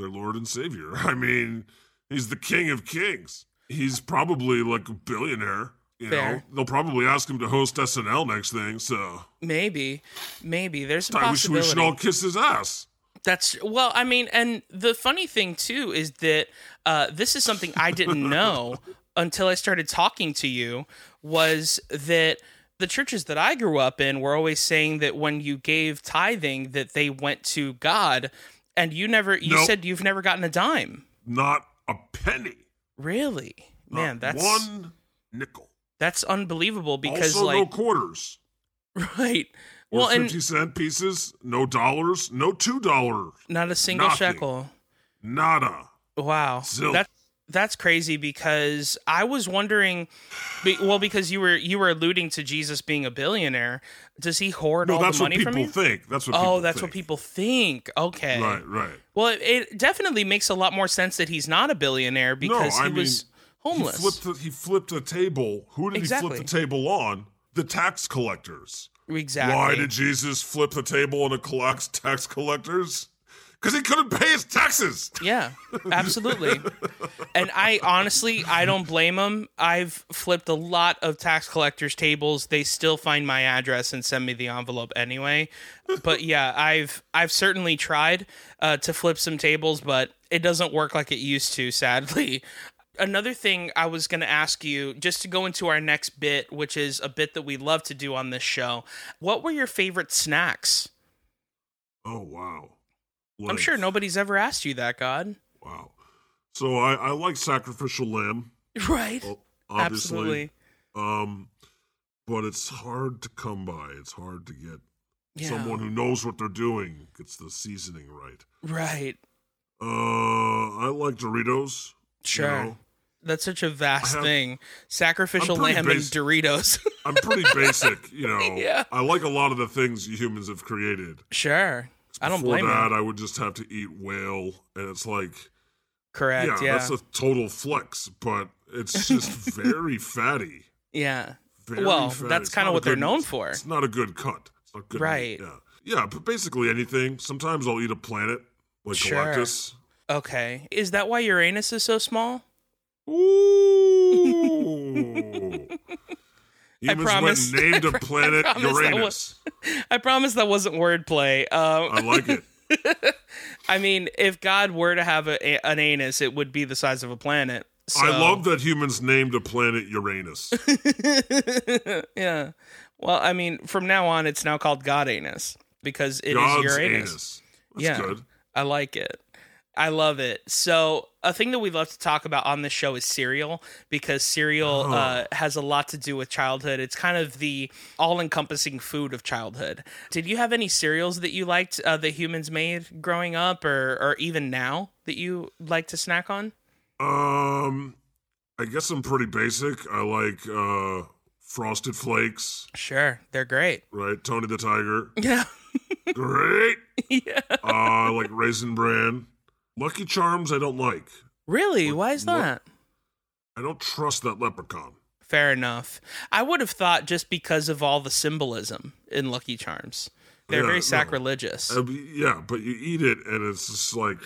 Speaker 2: their Lord and Savior. I mean, he's the King of Kings. He's probably like a billionaire. You know,
Speaker 1: Fair.
Speaker 2: they'll probably ask him to host SNL next thing. So
Speaker 1: Maybe. Maybe there's a
Speaker 2: I wish we
Speaker 1: possibility.
Speaker 2: should all kiss his ass.
Speaker 1: That's well, I mean, and the funny thing too is that uh, this is something I didn't know until I started talking to you was that the churches that I grew up in were always saying that when you gave tithing that they went to God and you never you
Speaker 2: Nope.
Speaker 1: said you've never gotten a dime.
Speaker 2: Not a penny.
Speaker 1: Really?
Speaker 2: Not
Speaker 1: Man, that's
Speaker 2: one nickel.
Speaker 1: that's unbelievable because
Speaker 2: also, no
Speaker 1: like
Speaker 2: quarters.
Speaker 1: right.
Speaker 2: Or
Speaker 1: Well, and
Speaker 2: 50 cent pieces, no dollars, no $2,
Speaker 1: not a single
Speaker 2: nothing.
Speaker 1: shekel.
Speaker 2: nada.
Speaker 1: Wow,
Speaker 2: Zilch.
Speaker 1: that's that's crazy because I was wondering, be, well, because you were you were alluding to Jesus being a billionaire. Does he hoard
Speaker 2: No,
Speaker 1: all
Speaker 2: that's
Speaker 1: the
Speaker 2: what
Speaker 1: money
Speaker 2: people
Speaker 1: from you?
Speaker 2: think. That's what
Speaker 1: oh,
Speaker 2: people
Speaker 1: that's
Speaker 2: think.
Speaker 1: what people think. Okay,
Speaker 2: Right, right.
Speaker 1: well, it, it definitely makes a lot more sense that he's not a billionaire because
Speaker 2: I
Speaker 1: he was
Speaker 2: mean,
Speaker 1: homeless.
Speaker 2: He flipped, the, he flipped a table. Who did he
Speaker 1: Exactly.
Speaker 2: flip the table on? The tax collectors.
Speaker 1: exactly.
Speaker 2: Why did Jesus flip the table on the collects tax collectors? Because he couldn't pay his taxes.
Speaker 1: Yeah, absolutely. and I honestly, I don't blame them. I've flipped a lot of tax collectors' tables. They still find my address and send me the envelope anyway. But yeah, I've I've certainly tried uh, to flip some tables, but it doesn't work like it used to. Sadly. Another thing I was going to ask you, just to go into our next bit, which is a bit that we love to do on this show. What were your favorite snacks?
Speaker 2: Oh wow.
Speaker 1: I'm
Speaker 2: Like,
Speaker 1: sure nobody's ever asked you that, God.
Speaker 2: Wow. So I, I like sacrificial lamb,
Speaker 1: Right.
Speaker 2: o-
Speaker 1: Absolutely.
Speaker 2: obviously. Um, but it's hard to come by. It's hard to get
Speaker 1: Yeah.
Speaker 2: someone who knows what they're doing gets the seasoning right.
Speaker 1: Right.
Speaker 2: Uh, I like Doritos. you
Speaker 1: Sure.
Speaker 2: know.
Speaker 1: That's such a vast
Speaker 2: I have-
Speaker 1: thing. Sacrificial
Speaker 2: I'm pretty
Speaker 1: lamb
Speaker 2: basic.
Speaker 1: and Doritos.
Speaker 2: I'm pretty basic, you know.
Speaker 1: Yeah.
Speaker 2: I like a lot of the things you humans have created.
Speaker 1: sure. I don't
Speaker 2: Before
Speaker 1: blame you.
Speaker 2: that, I would just have to eat whale, and it's like, yeah,
Speaker 1: Correct. Yeah.
Speaker 2: that's a total flex, but it's just very fatty.
Speaker 1: yeah.
Speaker 2: Very
Speaker 1: Well,
Speaker 2: fatty.
Speaker 1: that's
Speaker 2: It's
Speaker 1: kinda
Speaker 2: not a
Speaker 1: what they're
Speaker 2: good-
Speaker 1: known for.
Speaker 2: It's not a good cut. It's not good. meat,
Speaker 1: Right.
Speaker 2: Yeah. Yeah, but basically anything. Sometimes I'll eat a planet like
Speaker 1: Sure.
Speaker 2: Galactus.
Speaker 1: Okay. Is that why Uranus is so small?
Speaker 2: Ooh.
Speaker 1: I
Speaker 2: Humans
Speaker 1: promise-
Speaker 2: went and named a planet
Speaker 1: promise that
Speaker 2: Uranus.
Speaker 1: I promise that wasn't wordplay. Um,
Speaker 2: I like it.
Speaker 1: I mean, if God were to have a, an anus, it would be the size of a planet. So.
Speaker 2: I love that humans named a planet Uranus.
Speaker 1: yeah. Well, I mean, from now on, it's now called God anus because it is
Speaker 2: God's
Speaker 1: your anus.
Speaker 2: anus. That's
Speaker 1: Yeah.
Speaker 2: good.
Speaker 1: I like it. I love it. So, a thing that we love to talk about on this show is cereal because cereal
Speaker 2: Oh.
Speaker 1: uh, has a lot to do with childhood. It's kind of the all encompassing food of childhood. Did you have any cereals that you liked uh, that humans made growing up or, or even now that you like to snack on?
Speaker 2: Um, I guess I'm pretty basic. I like uh, Frosted Flakes,
Speaker 1: Sure. They're great.
Speaker 2: right? Tony the Tiger.
Speaker 1: Yeah.
Speaker 2: Great.
Speaker 1: yeah.
Speaker 2: Uh, I like Raisin Bran. Lucky Charms, I don't like.
Speaker 1: Really? Why is
Speaker 2: What- what-
Speaker 1: that?
Speaker 2: I don't trust that leprechaun.
Speaker 1: Fair enough. I would have thought just because of all the symbolism in Lucky Charms. They're
Speaker 2: Yeah,
Speaker 1: very
Speaker 2: no.
Speaker 1: sacrilegious.
Speaker 2: I mean, yeah, but you eat it and it's just like,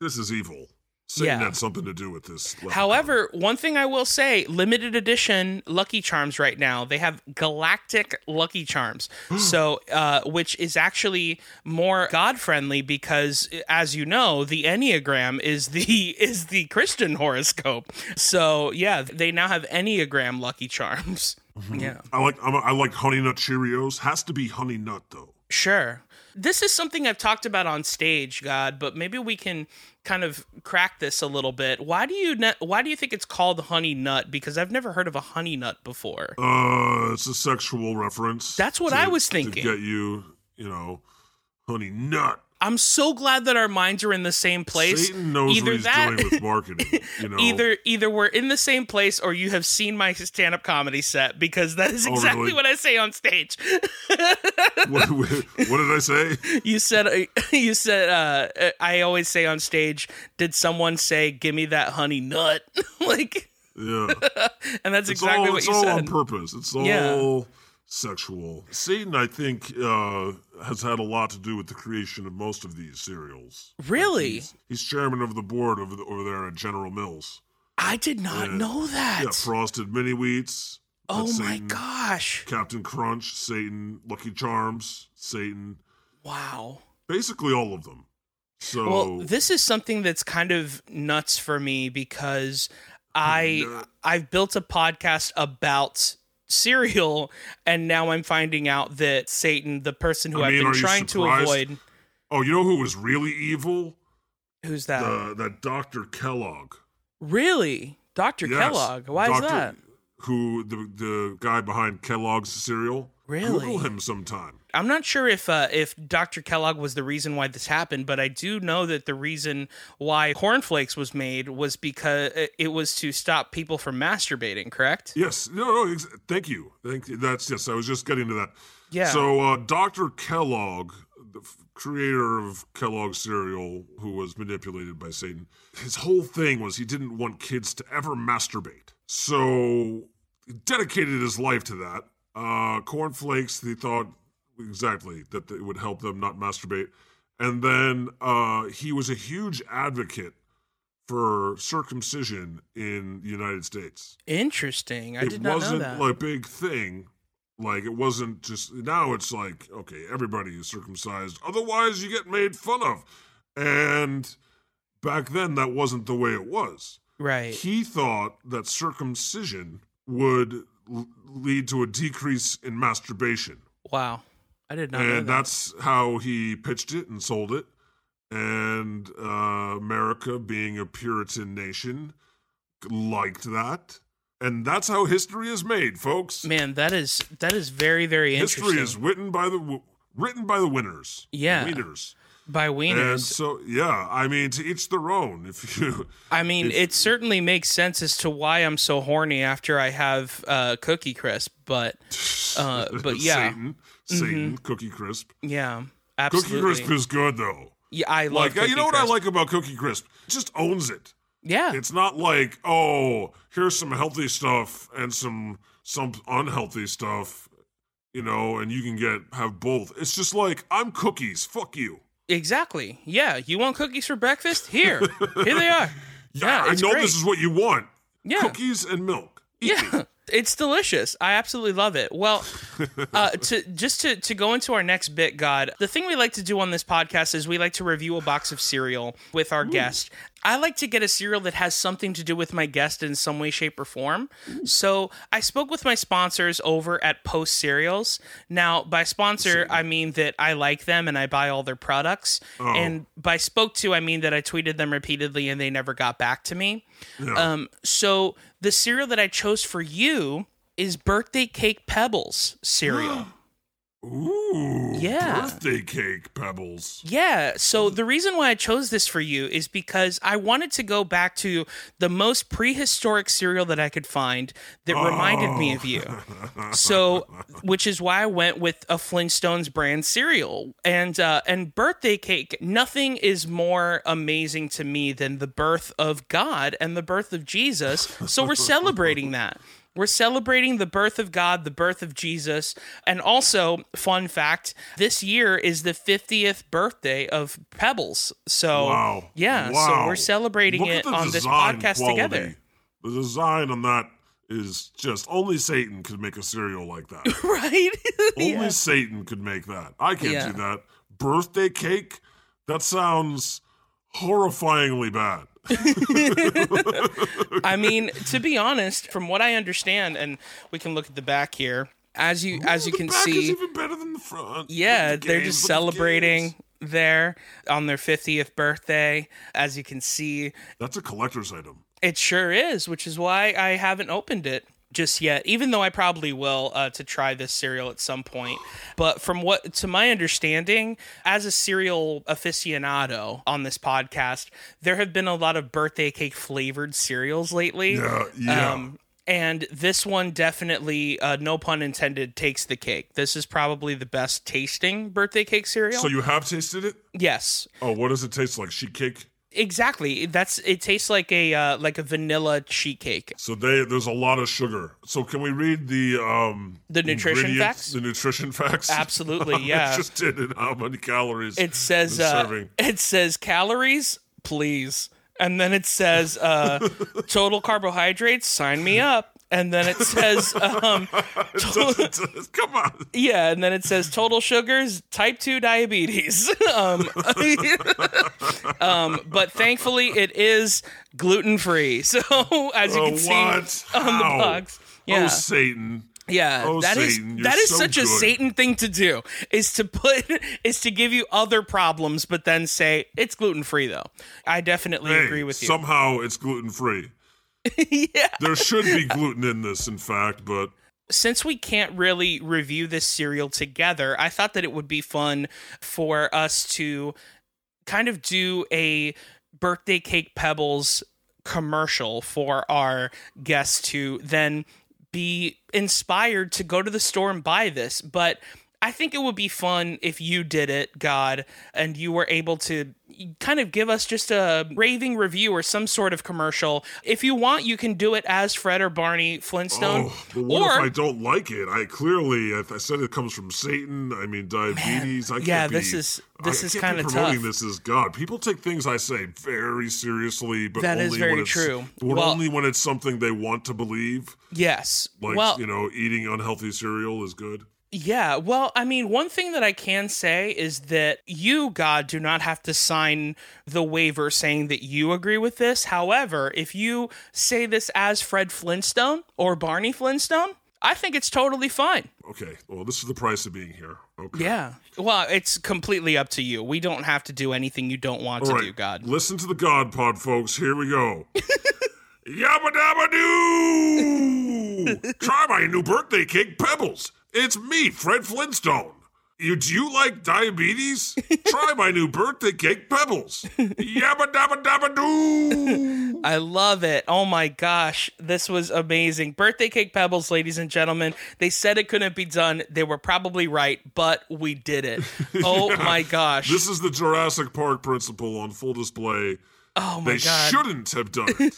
Speaker 2: this is evil. Satan
Speaker 1: Yeah.
Speaker 2: had something to do with this. leprechaun.
Speaker 1: However, one thing I will say, limited edition Lucky Charms right now. They have galactic Lucky Charms. so, uh, which is actually more god friendly because as you know, the Enneagram is the is the Christian horoscope. So, yeah, they now have Enneagram Lucky Charms. Yeah.
Speaker 2: I like I'm a, I like Honey Nut Cheerios. Has to be Honey Nut though.
Speaker 1: Sure. This is something I've talked about on stage, God, but maybe we can kind of crack this a little bit. Why do you ne- why do you think it's called honey nut? Because I've never heard of a honey nut before.
Speaker 2: Uh, it's a sexual reference.
Speaker 1: That's what
Speaker 2: to-
Speaker 1: I was
Speaker 2: To
Speaker 1: thinking.
Speaker 2: get you, you know, Honey Nut.
Speaker 1: I'm so glad that our minds are in the same place.
Speaker 2: Satan knows
Speaker 1: Either
Speaker 2: what he's
Speaker 1: that-
Speaker 2: doing with marketing. You know,
Speaker 1: Either either we're in the same place or you have seen my stand-up comedy set because that is
Speaker 2: Oh,
Speaker 1: exactly
Speaker 2: really?
Speaker 1: what I say on stage.
Speaker 2: what, what did I say?
Speaker 1: you said you said uh, I always say on stage, did someone say give me that honey nut? like
Speaker 2: Yeah,
Speaker 1: and that's
Speaker 2: it's
Speaker 1: exactly
Speaker 2: all
Speaker 1: what
Speaker 2: it's
Speaker 1: you
Speaker 2: all
Speaker 1: said.
Speaker 2: on purpose. It's all
Speaker 1: Yeah.
Speaker 2: sexual. Satan, I think, uh, has had a lot to do with the creation of most of these cereals.
Speaker 1: Really?
Speaker 2: He's, he's chairman of the board over, the, over there at General Mills.
Speaker 1: I did not
Speaker 2: Yeah.
Speaker 1: know that.
Speaker 2: Yeah, frosted mini wheats.
Speaker 1: oh
Speaker 2: that's
Speaker 1: my
Speaker 2: Satan.
Speaker 1: gosh.
Speaker 2: Captain Crunch, Satan, Lucky Charms, Satan,
Speaker 1: Wow.
Speaker 2: basically all of them. So
Speaker 1: Well, this is something that's kind of nuts for me because I
Speaker 2: Nut.
Speaker 1: I've built a podcast about cereal and now I'm finding out that Satan, the person who
Speaker 2: I
Speaker 1: I
Speaker 2: mean,
Speaker 1: have
Speaker 2: are
Speaker 1: been
Speaker 2: you
Speaker 1: trying to
Speaker 2: surprised?
Speaker 1: avoid
Speaker 2: Oh, you know who was really evil?
Speaker 1: who's that?
Speaker 2: Uh, that Dr. Kellogg.
Speaker 1: really? Dr.
Speaker 2: Yes,
Speaker 1: Kellogg. Why is
Speaker 2: Dr.
Speaker 1: that?
Speaker 2: Who the the guy behind Kellogg's cereal?
Speaker 1: Really?
Speaker 2: Google him sometime.
Speaker 1: I'm not sure if uh, if Dr. Kellogg was the reason why this happened, but I do know that the reason why cornflakes was made was because it was to stop people from masturbating. Correct?
Speaker 2: Yes. No. no ex- thank you. Thank you. That's yes. I was just getting to that.
Speaker 1: Yeah.
Speaker 2: So uh, Dr. Kellogg, the f- creator of Kellogg's cereal, who was manipulated by Satan, his whole thing was he didn't want kids to ever masturbate. So he dedicated his life to that. Uh, cornflakes, they thought exactly that it would help them not masturbate. And then uh, he was a huge advocate for circumcision in the United States
Speaker 1: Interesting. I
Speaker 2: it
Speaker 1: did not know
Speaker 2: wasn't
Speaker 1: that.
Speaker 2: a big thing. Like it wasn't just now. It's like okay, everybody is circumcised. Otherwise, you get made fun of. And back then, that wasn't the way it was.
Speaker 1: right.
Speaker 2: He thought that circumcision would l- lead to a decrease in masturbation,
Speaker 1: Wow. I did not know
Speaker 2: and
Speaker 1: that.
Speaker 2: that's how he pitched it and sold it. and uh, America, being a Puritan nation, liked that. And that's how history is made, folks.
Speaker 1: Man, that is that is very very interesting.
Speaker 2: history is written by the w- written by the winners.
Speaker 1: Yeah.
Speaker 2: winners.
Speaker 1: by
Speaker 2: And
Speaker 1: Wieners.
Speaker 2: so, yeah, I mean, to each their own. If you,
Speaker 1: I mean, it certainly makes sense as to why I'm so horny after I have uh, Cookie Crisp, but uh, but yeah,
Speaker 2: Satan, Satan, Cookie Crisp.
Speaker 1: yeah,
Speaker 2: Cookie
Speaker 1: absolutely.
Speaker 2: Crisp is good though.
Speaker 1: yeah, I love
Speaker 2: Like,
Speaker 1: Cookie
Speaker 2: you know what I
Speaker 1: Crisp.
Speaker 2: like about Cookie Crisp? It just owns it.
Speaker 1: Yeah,
Speaker 2: It's not like, oh, here's some healthy stuff and some some unhealthy stuff, you know, and you can get have both. It's just like I'm cookies. Fuck you.
Speaker 1: exactly. Yeah, you want cookies for breakfast? Here, here they are. Yeah,
Speaker 2: I
Speaker 1: it's
Speaker 2: know
Speaker 1: great.
Speaker 2: this is what you want.
Speaker 1: Yeah.
Speaker 2: Cookies and milk. Eat it.
Speaker 1: Yeah, it's delicious. I absolutely love it. Well, uh, to just to to go into our next bit, God, the thing we like to do on this podcast is we like to review a box of cereal with our guest. I like to get a cereal that has something to do with my guest in some way, shape, or form. So I spoke with my sponsors over at Post Cereals. Now, by sponsor, I mean that I like them and I buy all their products. And by spoke to, I mean that I tweeted them repeatedly and they never got back to me. Um, so the cereal that I chose for you is birthday cake pebbles cereal.
Speaker 2: Ooh.
Speaker 1: Yeah.
Speaker 2: Birthday cake pebbles.
Speaker 1: yeah. So the reason why I chose this for you is because I wanted to go back to the most prehistoric cereal that I could find that reminded me of you. So, which is why I went with a Flintstones brand cereal and uh, and birthday cake. Nothing is more amazing to me than the birth of God and the birth of Jesus. So we're celebrating that. We're celebrating the birth of God, the birth of Jesus, and also fun fact: this year is the 50th birthday of Pebbles. So
Speaker 2: Wow.
Speaker 1: yeah,
Speaker 2: Wow.
Speaker 1: so we're celebrating
Speaker 2: Look
Speaker 1: it
Speaker 2: at the
Speaker 1: on this
Speaker 2: design
Speaker 1: podcast
Speaker 2: quality.
Speaker 1: together.
Speaker 2: The design on that is just only Satan could make a cereal like that.
Speaker 1: Right?
Speaker 2: Only Satan could make that. I can't
Speaker 1: Yeah.
Speaker 2: do that. Birthday cake? That sounds horrifyingly bad.
Speaker 1: I mean, to be honest, from what I understand, and we can look at the back here, as you as you
Speaker 2: the
Speaker 1: can
Speaker 2: back is
Speaker 1: see,
Speaker 2: even better than the front.
Speaker 1: yeah,
Speaker 2: Look at the
Speaker 1: they're
Speaker 2: games,
Speaker 1: just
Speaker 2: look at the games.
Speaker 1: celebrating there on their 50th birthday. As you can see,
Speaker 2: That's a collector's item.
Speaker 1: it sure is, which is why I haven't opened it just yet. Even though I probably will uh, to try this cereal at some point. But from what to my understanding, as a cereal aficionado on this podcast, there have been a lot of birthday cake flavored cereals lately.
Speaker 2: Yeah, yeah.
Speaker 1: Um, and this one definitely, uh, no pun intended, takes the cake. This is probably the best tasting birthday cake cereal.
Speaker 2: so you have tasted it?
Speaker 1: yes,
Speaker 2: Oh, what does it taste like? Sheet cake?
Speaker 1: exactly. That's it. Tastes like a uh, like a vanilla sheet cake.
Speaker 2: So they there's a lot of sugar. So can we read the um
Speaker 1: The nutrition
Speaker 2: ingredients-
Speaker 1: facts?
Speaker 2: The nutrition facts.
Speaker 1: Absolutely,
Speaker 2: I'm
Speaker 1: yeah.
Speaker 2: Interested in how many calories.
Speaker 1: It says
Speaker 2: It's
Speaker 1: uh,
Speaker 2: serving.
Speaker 1: it says calories, please, and then it says uh, total carbohydrates. Sign me up. And then it says um,
Speaker 2: Doesn't- Come on.
Speaker 1: Yeah, and then it says total sugars, type 2 diabetes. um, um, but thankfully, it is gluten free. So, as you
Speaker 2: Oh,
Speaker 1: can see
Speaker 2: what?
Speaker 1: on
Speaker 2: How?
Speaker 1: the box.
Speaker 2: Oh
Speaker 1: Yeah,
Speaker 2: Satan.
Speaker 1: yeah.
Speaker 2: oh,
Speaker 1: that is
Speaker 2: Satan, you're
Speaker 1: that is
Speaker 2: so
Speaker 1: such a
Speaker 2: good.
Speaker 1: Satan thing to do is to put is to give you other problems, but then say it's gluten free though. I definitely
Speaker 2: Hey,
Speaker 1: agree with you.
Speaker 2: Somehow it's gluten free.
Speaker 1: yeah.
Speaker 2: There should be gluten in this, in fact, but
Speaker 1: since we can't really review this serial together, I thought that it would be fun for us to kind of do a birthday cake pebbles commercial for our guests to then be inspired to go to the store and buy this. But I think it would be fun if you did it, God, and you were able to kind of give us just a raving review or some sort of commercial. If you want, you can do it as Fred or Barney Flintstone.
Speaker 2: oh, but what if I don't like it? I clearly, I, I said it comes from Satan. I mean, diabetes. I can't
Speaker 1: yeah,
Speaker 2: be-
Speaker 1: this is- this
Speaker 2: I
Speaker 1: is
Speaker 2: can't be
Speaker 1: kinda
Speaker 2: promoting
Speaker 1: tough.
Speaker 2: This is God. People take things I say very seriously, but
Speaker 1: That
Speaker 2: only
Speaker 1: is very
Speaker 2: when it's,
Speaker 1: true.
Speaker 2: But
Speaker 1: Well-
Speaker 2: only when it's something they want to believe.
Speaker 1: Yes.
Speaker 2: Like
Speaker 1: well,
Speaker 2: you know, eating unhealthy cereal is good.
Speaker 1: yeah. Well, I mean, one thing that I can say is that you, God, do not have to sign the waiver saying that you agree with this. However, if you say this as Fred Flintstone or Barney Flintstone, I think it's totally fine.
Speaker 2: Okay. Well, this is the price of being here. Okay.
Speaker 1: Yeah. Well, it's completely up to you. We don't have to do anything you don't want to
Speaker 2: All right.
Speaker 1: do, God.
Speaker 2: Listen to the God Pod, folks. Here we go. Yabba dabba doo! Try my new birthday cake, Pebbles. It's me, Fred Flintstone. You, do you like diabetes? Try my new birthday cake, Pebbles. Yabba dabba dabba doo!
Speaker 1: I love it. Oh my gosh. This was amazing. Birthday Cake Pebbles, ladies and gentlemen. They said it couldn't be done. They were probably right, but we did it. Oh my gosh.
Speaker 2: This is the Jurassic Park principle on full display.
Speaker 1: oh my
Speaker 2: They
Speaker 1: God.
Speaker 2: shouldn't have done it.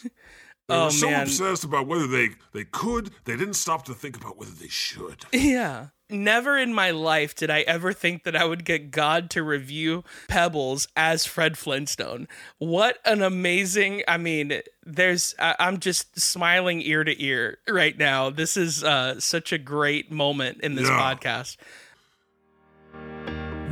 Speaker 2: They
Speaker 1: Oh,
Speaker 2: were so
Speaker 1: man.
Speaker 2: obsessed about whether they, they could, they didn't stop to think about whether they should.
Speaker 1: Yeah. Never in my life did I ever think that I would get God to review Pebbles as Fred Flintstone. What an amazing, I mean, there's I, I'm just smiling ear to ear right now. This is uh such a great moment in this
Speaker 2: Yeah.
Speaker 1: podcast.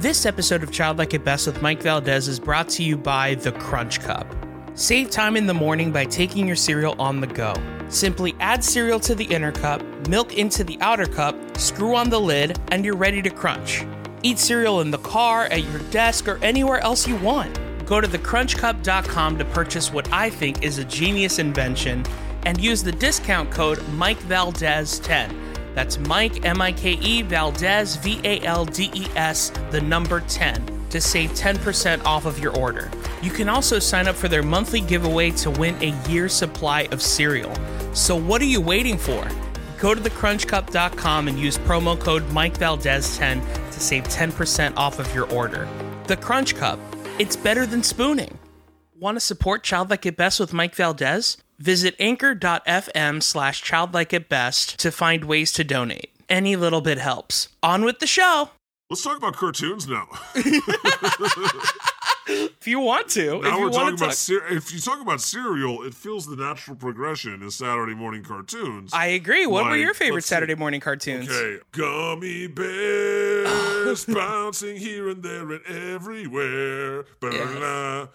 Speaker 1: This episode of Childlike at Best with Mike Valdez is brought to you by The Crunch Cup. Save time in the morning by taking your cereal on the go. Simply add cereal to the inner cup, milk into the outer cup, screw on the lid, and you're ready to crunch. Eat cereal in the car, at your desk, or anywhere else you want. Go to thecrunchcup.com to purchase what I think is a genius invention and use the discount code MikeValdez10. That's Mike, M I K E, Valdez, V A L D E S, the number 10, to save 10% off of your order. You can also sign up for their monthly giveaway to win a year's supply of cereal. So, what are you waiting for? Go to thecrunchcup.com and use promo code MikeValdez10 to save 10% off of your order. The Crunch Cup, it's better than spooning. Want to support Childlike at Best with Mike Valdez? Visit anchor.fm slash childlike at best to find ways to donate. Any little bit helps. On with the show.
Speaker 2: Let's talk about cartoons now.
Speaker 1: If you want to. if
Speaker 2: now
Speaker 1: you
Speaker 2: we're
Speaker 1: want
Speaker 2: talking
Speaker 1: to
Speaker 2: about
Speaker 1: talk.
Speaker 2: ser- if you talk about cereal, it feels the natural progression is Saturday morning cartoons.
Speaker 1: I agree. What were
Speaker 2: Like,
Speaker 1: your favorite
Speaker 2: let's see.
Speaker 1: Saturday morning cartoons?
Speaker 2: okay, gummy bears bouncing here and there and everywhere. Ba-la-la.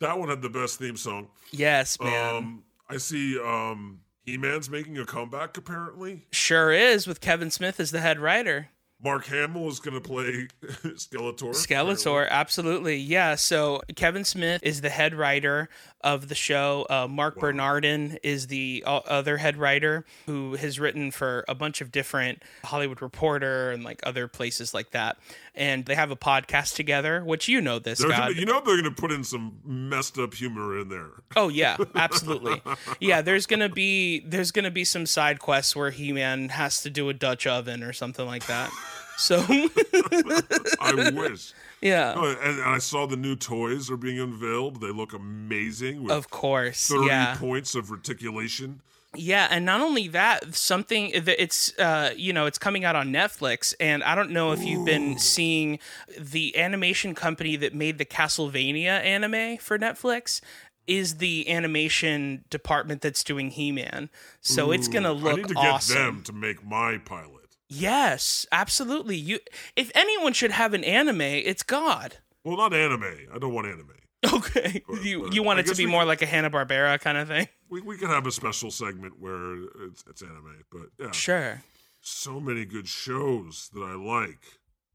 Speaker 2: That one had the best theme song.
Speaker 1: Yes, man.
Speaker 2: Um, I see. Um, he Man's making a comeback apparently.
Speaker 1: sure is with Kevin Smith as the head writer.
Speaker 2: Mark Hamill is going to play Skeletor. apparently.
Speaker 1: Skeletor, absolutely. Yeah. So Kevin Smith is the head writer of the show. Uh, Mark Bernardin is the o- other head writer who has written for a bunch of different Hollywood Reporter and like other places like that. And they have a podcast together, which you know this,
Speaker 2: They're
Speaker 1: God.
Speaker 2: gonna, you know they're going to put in some messed up humor in there.
Speaker 1: Oh yeah, absolutely. Yeah, there's gonna be there's gonna be some side quests where He Man has to do a Dutch oven or something like that. So
Speaker 2: I wish.
Speaker 1: yeah,
Speaker 2: Oh, and, and I saw the new toys are being unveiled. They look amazing with
Speaker 1: of course.
Speaker 2: 30
Speaker 1: Yeah.
Speaker 2: points of reticulation.
Speaker 1: Yeah, and not only that, something that it's uh you know, it's coming out on Netflix and I don't know if you've been seeing the animation company that made the Castlevania anime for Netflix is the animation department that's doing He-Man. So it's going to
Speaker 2: I
Speaker 1: look
Speaker 2: need to get
Speaker 1: awesome.
Speaker 2: them to make my pilot.
Speaker 1: Yes, absolutely. You if anyone should have an anime, it's God.
Speaker 2: Well, not anime. I don't want anime.
Speaker 1: Okay. You
Speaker 2: but
Speaker 1: you want
Speaker 2: I
Speaker 1: it to
Speaker 2: guess
Speaker 1: be
Speaker 2: we
Speaker 1: more like a Hanna-Barbera kind of thing?
Speaker 2: We, we could have a special segment where it's, it's anime, but yeah.
Speaker 1: Sure.
Speaker 2: So many good shows that I like.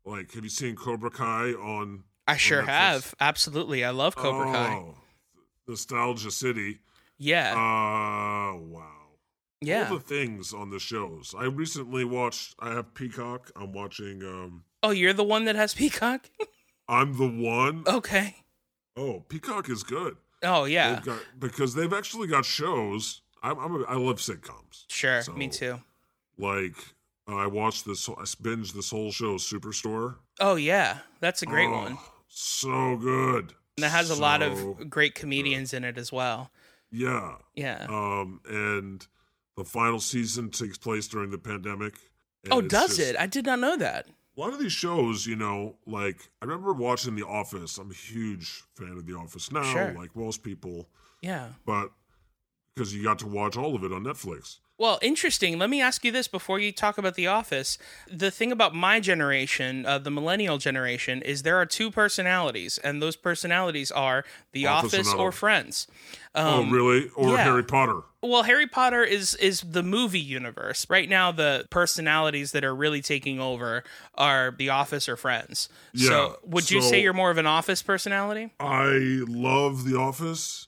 Speaker 2: Like, have you seen Cobra Kai on
Speaker 1: I sure
Speaker 2: Netflix.
Speaker 1: have. Absolutely. I love Cobra Kai.
Speaker 2: Oh, Nostalgia City?
Speaker 1: Yeah.
Speaker 2: Uh, wow.
Speaker 1: yeah.
Speaker 2: all the things on the shows. I recently watched. I have Peacock. I'm watching. Um,
Speaker 1: Oh, you're the one that has Peacock?
Speaker 2: I'm the one.
Speaker 1: okay.
Speaker 2: Oh, Peacock is good.
Speaker 1: Oh, yeah.
Speaker 2: They've got, because they've actually got shows. I'm, I'm a, I love sitcoms.
Speaker 1: sure.
Speaker 2: So,
Speaker 1: Me too.
Speaker 2: Like I watched this. I binged this whole show, Superstore.
Speaker 1: Oh, yeah. That's a great
Speaker 2: Oh,
Speaker 1: one.
Speaker 2: So good.
Speaker 1: And that has a lot
Speaker 2: So-
Speaker 1: of great comedians in it as well.
Speaker 2: yeah.
Speaker 1: Yeah.
Speaker 2: Um, and the final season takes place during the pandemic. and
Speaker 1: oh,
Speaker 2: it's
Speaker 1: does
Speaker 2: just-
Speaker 1: it? I did not know that.
Speaker 2: A lot of these shows, you know, like I remember watching The Office. I'm a huge fan of The Office now,
Speaker 1: Sure.
Speaker 2: like most people,
Speaker 1: Yeah.
Speaker 2: but because you got to watch all of it on Netflix.
Speaker 1: Well, interesting. Let me ask you this before you talk about The Office. The thing about my generation, uh, the millennial generation, is there are two personalities, and those personalities are The
Speaker 2: Office
Speaker 1: Office,
Speaker 2: and
Speaker 1: or
Speaker 2: Other.
Speaker 1: Friends.
Speaker 2: oh, really? Or
Speaker 1: Um, yeah.
Speaker 2: Harry Potter?
Speaker 1: Well, Harry Potter is is the movie universe. Right now the personalities that are really taking over are The Office or Friends.
Speaker 2: Yeah,
Speaker 1: so, would you
Speaker 2: so-
Speaker 1: say you're more of an office personality?
Speaker 2: I love The Office,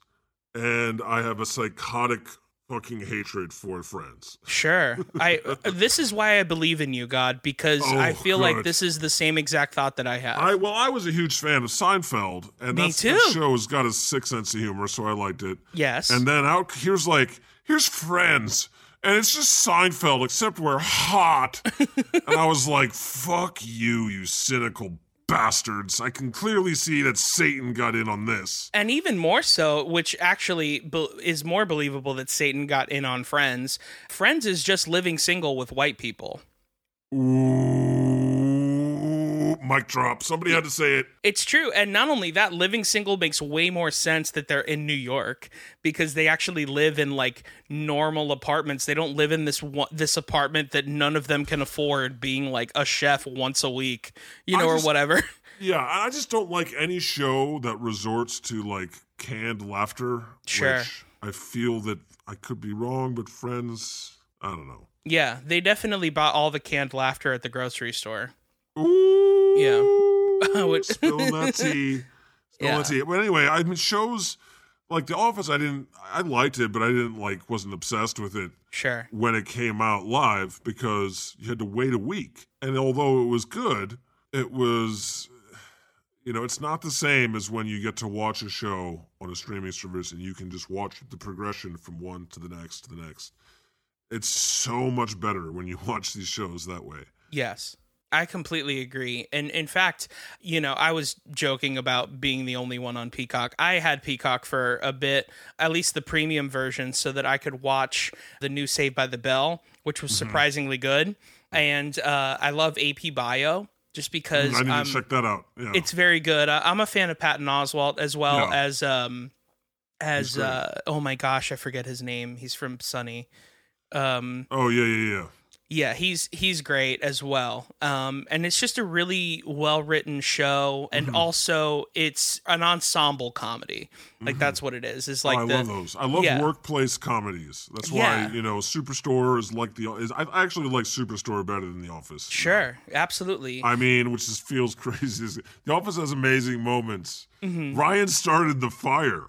Speaker 2: and I have a psychotic fucking hatred for Friends.
Speaker 1: Sure. I this is why I believe in you, God, because
Speaker 2: Oh,
Speaker 1: I feel
Speaker 2: good.
Speaker 1: like this is the same exact thought that I have.
Speaker 2: I well, I was a huge fan of Seinfeld, and
Speaker 1: Me
Speaker 2: that's,
Speaker 1: too.
Speaker 2: that show's got a sick sense of humor, so I liked it.
Speaker 1: yes.
Speaker 2: And then out here's like here's Friends, and it's just Seinfeld except we're hot. and I was like, "Fuck you, you cynical bastards!" I can clearly see that Satan got in on this.
Speaker 1: and even more so, which actually be- is more believable that Satan got in on Friends. Friends is just living single with white people.
Speaker 2: Ooh, mic drop. Somebody had to say it.
Speaker 1: It's true. And not only that, living single makes way more sense that they're in New York because they actually live in like normal apartments. They don't live in this one, this apartment that none of them can afford being like a chef once a week, you
Speaker 2: I
Speaker 1: know,
Speaker 2: just-
Speaker 1: or whatever.
Speaker 2: Yeah, I I just don't like any show that resorts to like canned laughter.
Speaker 1: Sure.
Speaker 2: Which I feel that I could be wrong, but Friends, I don't know.
Speaker 1: yeah, they definitely bought all the canned laughter at the grocery store.
Speaker 2: Ooh.
Speaker 1: Yeah. Which-
Speaker 2: Spilling that tea. Spilling
Speaker 1: Yeah.
Speaker 2: that tea. But anyway, I mean, shows like The Office, I didn't, I liked it, but I didn't like, wasn't obsessed with it
Speaker 1: Sure.
Speaker 2: when it came out live because you had to wait a week. And although it was good, it was, you know, it's not the same as when you get to watch a show on a streaming service and you can just watch the progression from one to the next to the next. It's so much better when you watch these shows that way.
Speaker 1: Yes. I completely agree. And in fact, you know, I was joking about being the only one on Peacock. I had Peacock for a bit, at least the premium version, so that I could watch the new Saved by the Bell, which was
Speaker 2: Mm-hmm.
Speaker 1: surprisingly good. And uh, I love AP Bio just
Speaker 2: I
Speaker 1: because
Speaker 2: need
Speaker 1: um,
Speaker 2: to check that out. Yeah.
Speaker 1: it's very good. Uh, I'm a fan of Patton Oswalt as well
Speaker 2: Yeah.
Speaker 1: as um as
Speaker 2: great.
Speaker 1: uh, oh my gosh, I forget his name. He's from Sunny. Um,
Speaker 2: oh, yeah, yeah, yeah.
Speaker 1: yeah, he's he's great as well. Um, and it's just a really well written show, and
Speaker 2: Mm-hmm.
Speaker 1: also it's an ensemble comedy. Like that's what it is. It's like
Speaker 2: Mm-hmm. oh, I
Speaker 1: the
Speaker 2: love those. I love
Speaker 1: yeah.
Speaker 2: workplace comedies. That's why
Speaker 1: Yeah.
Speaker 2: you know Superstore is like the. Is, I actually like Superstore better than The Office.
Speaker 1: sure, absolutely.
Speaker 2: I mean, which just feels crazy. Is- The Office has amazing moments.
Speaker 1: Mm-hmm.
Speaker 2: Ryan started the fire.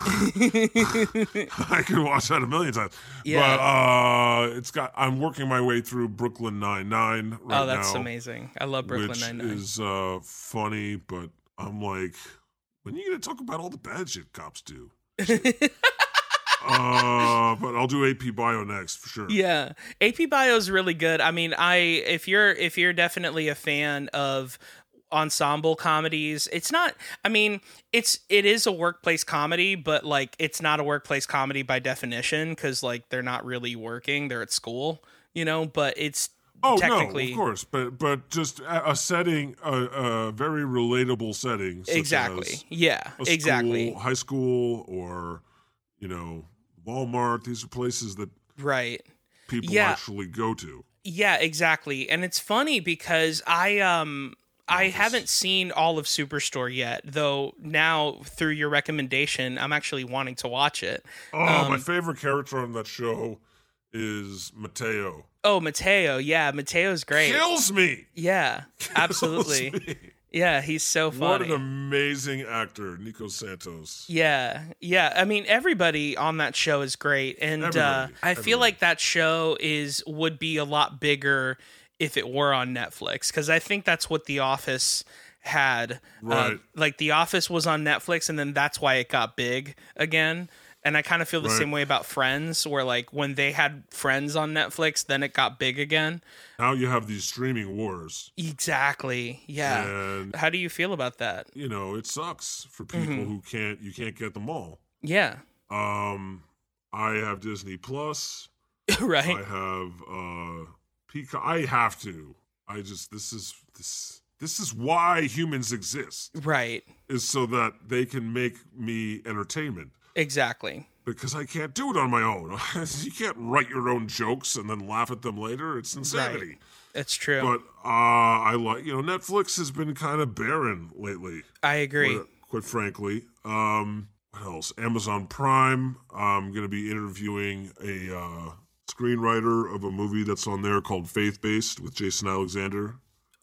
Speaker 2: I could watch that a million times.
Speaker 1: Yeah.
Speaker 2: But uh, it's got. I'm working my way through Brooklyn Nine Nine right
Speaker 1: oh, that's
Speaker 2: now,
Speaker 1: amazing. I love Brooklyn
Speaker 2: which
Speaker 1: Nine Nine.
Speaker 2: is uh, funny. But I'm like, when are you gonna talk about all the bad shit cops do? uh, but I'll do AP Bio next for sure.
Speaker 1: Yeah, AP Bio is really good. I mean, I if you're if you're definitely a fan of ensemble comedies, it's not. I mean, it's it is a workplace comedy, but like it's not a workplace comedy by definition because like they're not really working; they're at school, you know. But it's
Speaker 2: Oh no,
Speaker 1: technically
Speaker 2: of course, but but just a, a setting, a, a very relatable setting, such
Speaker 1: exactly,
Speaker 2: as
Speaker 1: yeah,
Speaker 2: a
Speaker 1: exactly,
Speaker 2: school, high school, or you know, Walmart. These are places that
Speaker 1: right.
Speaker 2: people
Speaker 1: Yeah.
Speaker 2: actually go to.
Speaker 1: Yeah, exactly. And it's funny because I um I
Speaker 2: Nice.
Speaker 1: haven't seen all of Superstore yet, though now through your recommendation, I'm actually wanting to watch it.
Speaker 2: Oh,
Speaker 1: Um
Speaker 2: my favorite character on that show is Mateo.
Speaker 1: Oh, Mateo, yeah, Mateo's great.
Speaker 2: Kills me.
Speaker 1: yeah, absolutely.
Speaker 2: Kills me.
Speaker 1: Yeah, he's so
Speaker 2: What
Speaker 1: funny.
Speaker 2: an amazing actor, Nico Santos.
Speaker 1: Yeah, yeah. I mean, everybody on that show is great, and uh,
Speaker 2: Everybody,
Speaker 1: I feel
Speaker 2: everybody.
Speaker 1: like that show is would be a lot bigger if it were on Netflix because I think that's what The Office had. Uh,
Speaker 2: Right.
Speaker 1: like The Office was on Netflix, and then that's why it got big again. And I kind of feel the
Speaker 2: Right.
Speaker 1: same way about Friends, where like when they had Friends on Netflix, then it got big again.
Speaker 2: Now you have these streaming wars,
Speaker 1: Exactly. Yeah.
Speaker 2: and
Speaker 1: How do you feel about that?
Speaker 2: you know it sucks for
Speaker 1: Mm-hmm.
Speaker 2: people who can't. You can't get them all.
Speaker 1: Yeah.
Speaker 2: Um, I have Disney Plus. I
Speaker 1: right.
Speaker 2: have uh Peacock. I have to. I just this is this this is why humans exist
Speaker 1: Right.
Speaker 2: is so that they can make me entertainment.
Speaker 1: Exactly.
Speaker 2: because I can't do it on my own. you can't write your own jokes and then laugh at them later. It's insanity.
Speaker 1: It's true.
Speaker 2: But uh, I like, you know, Netflix has been kind of barren lately,
Speaker 1: I agree.
Speaker 2: quite, quite frankly. Um, what else? Amazon Prime. I'm going to be interviewing a uh, screenwriter of a movie that's on there called Faith Based with Jason Alexander.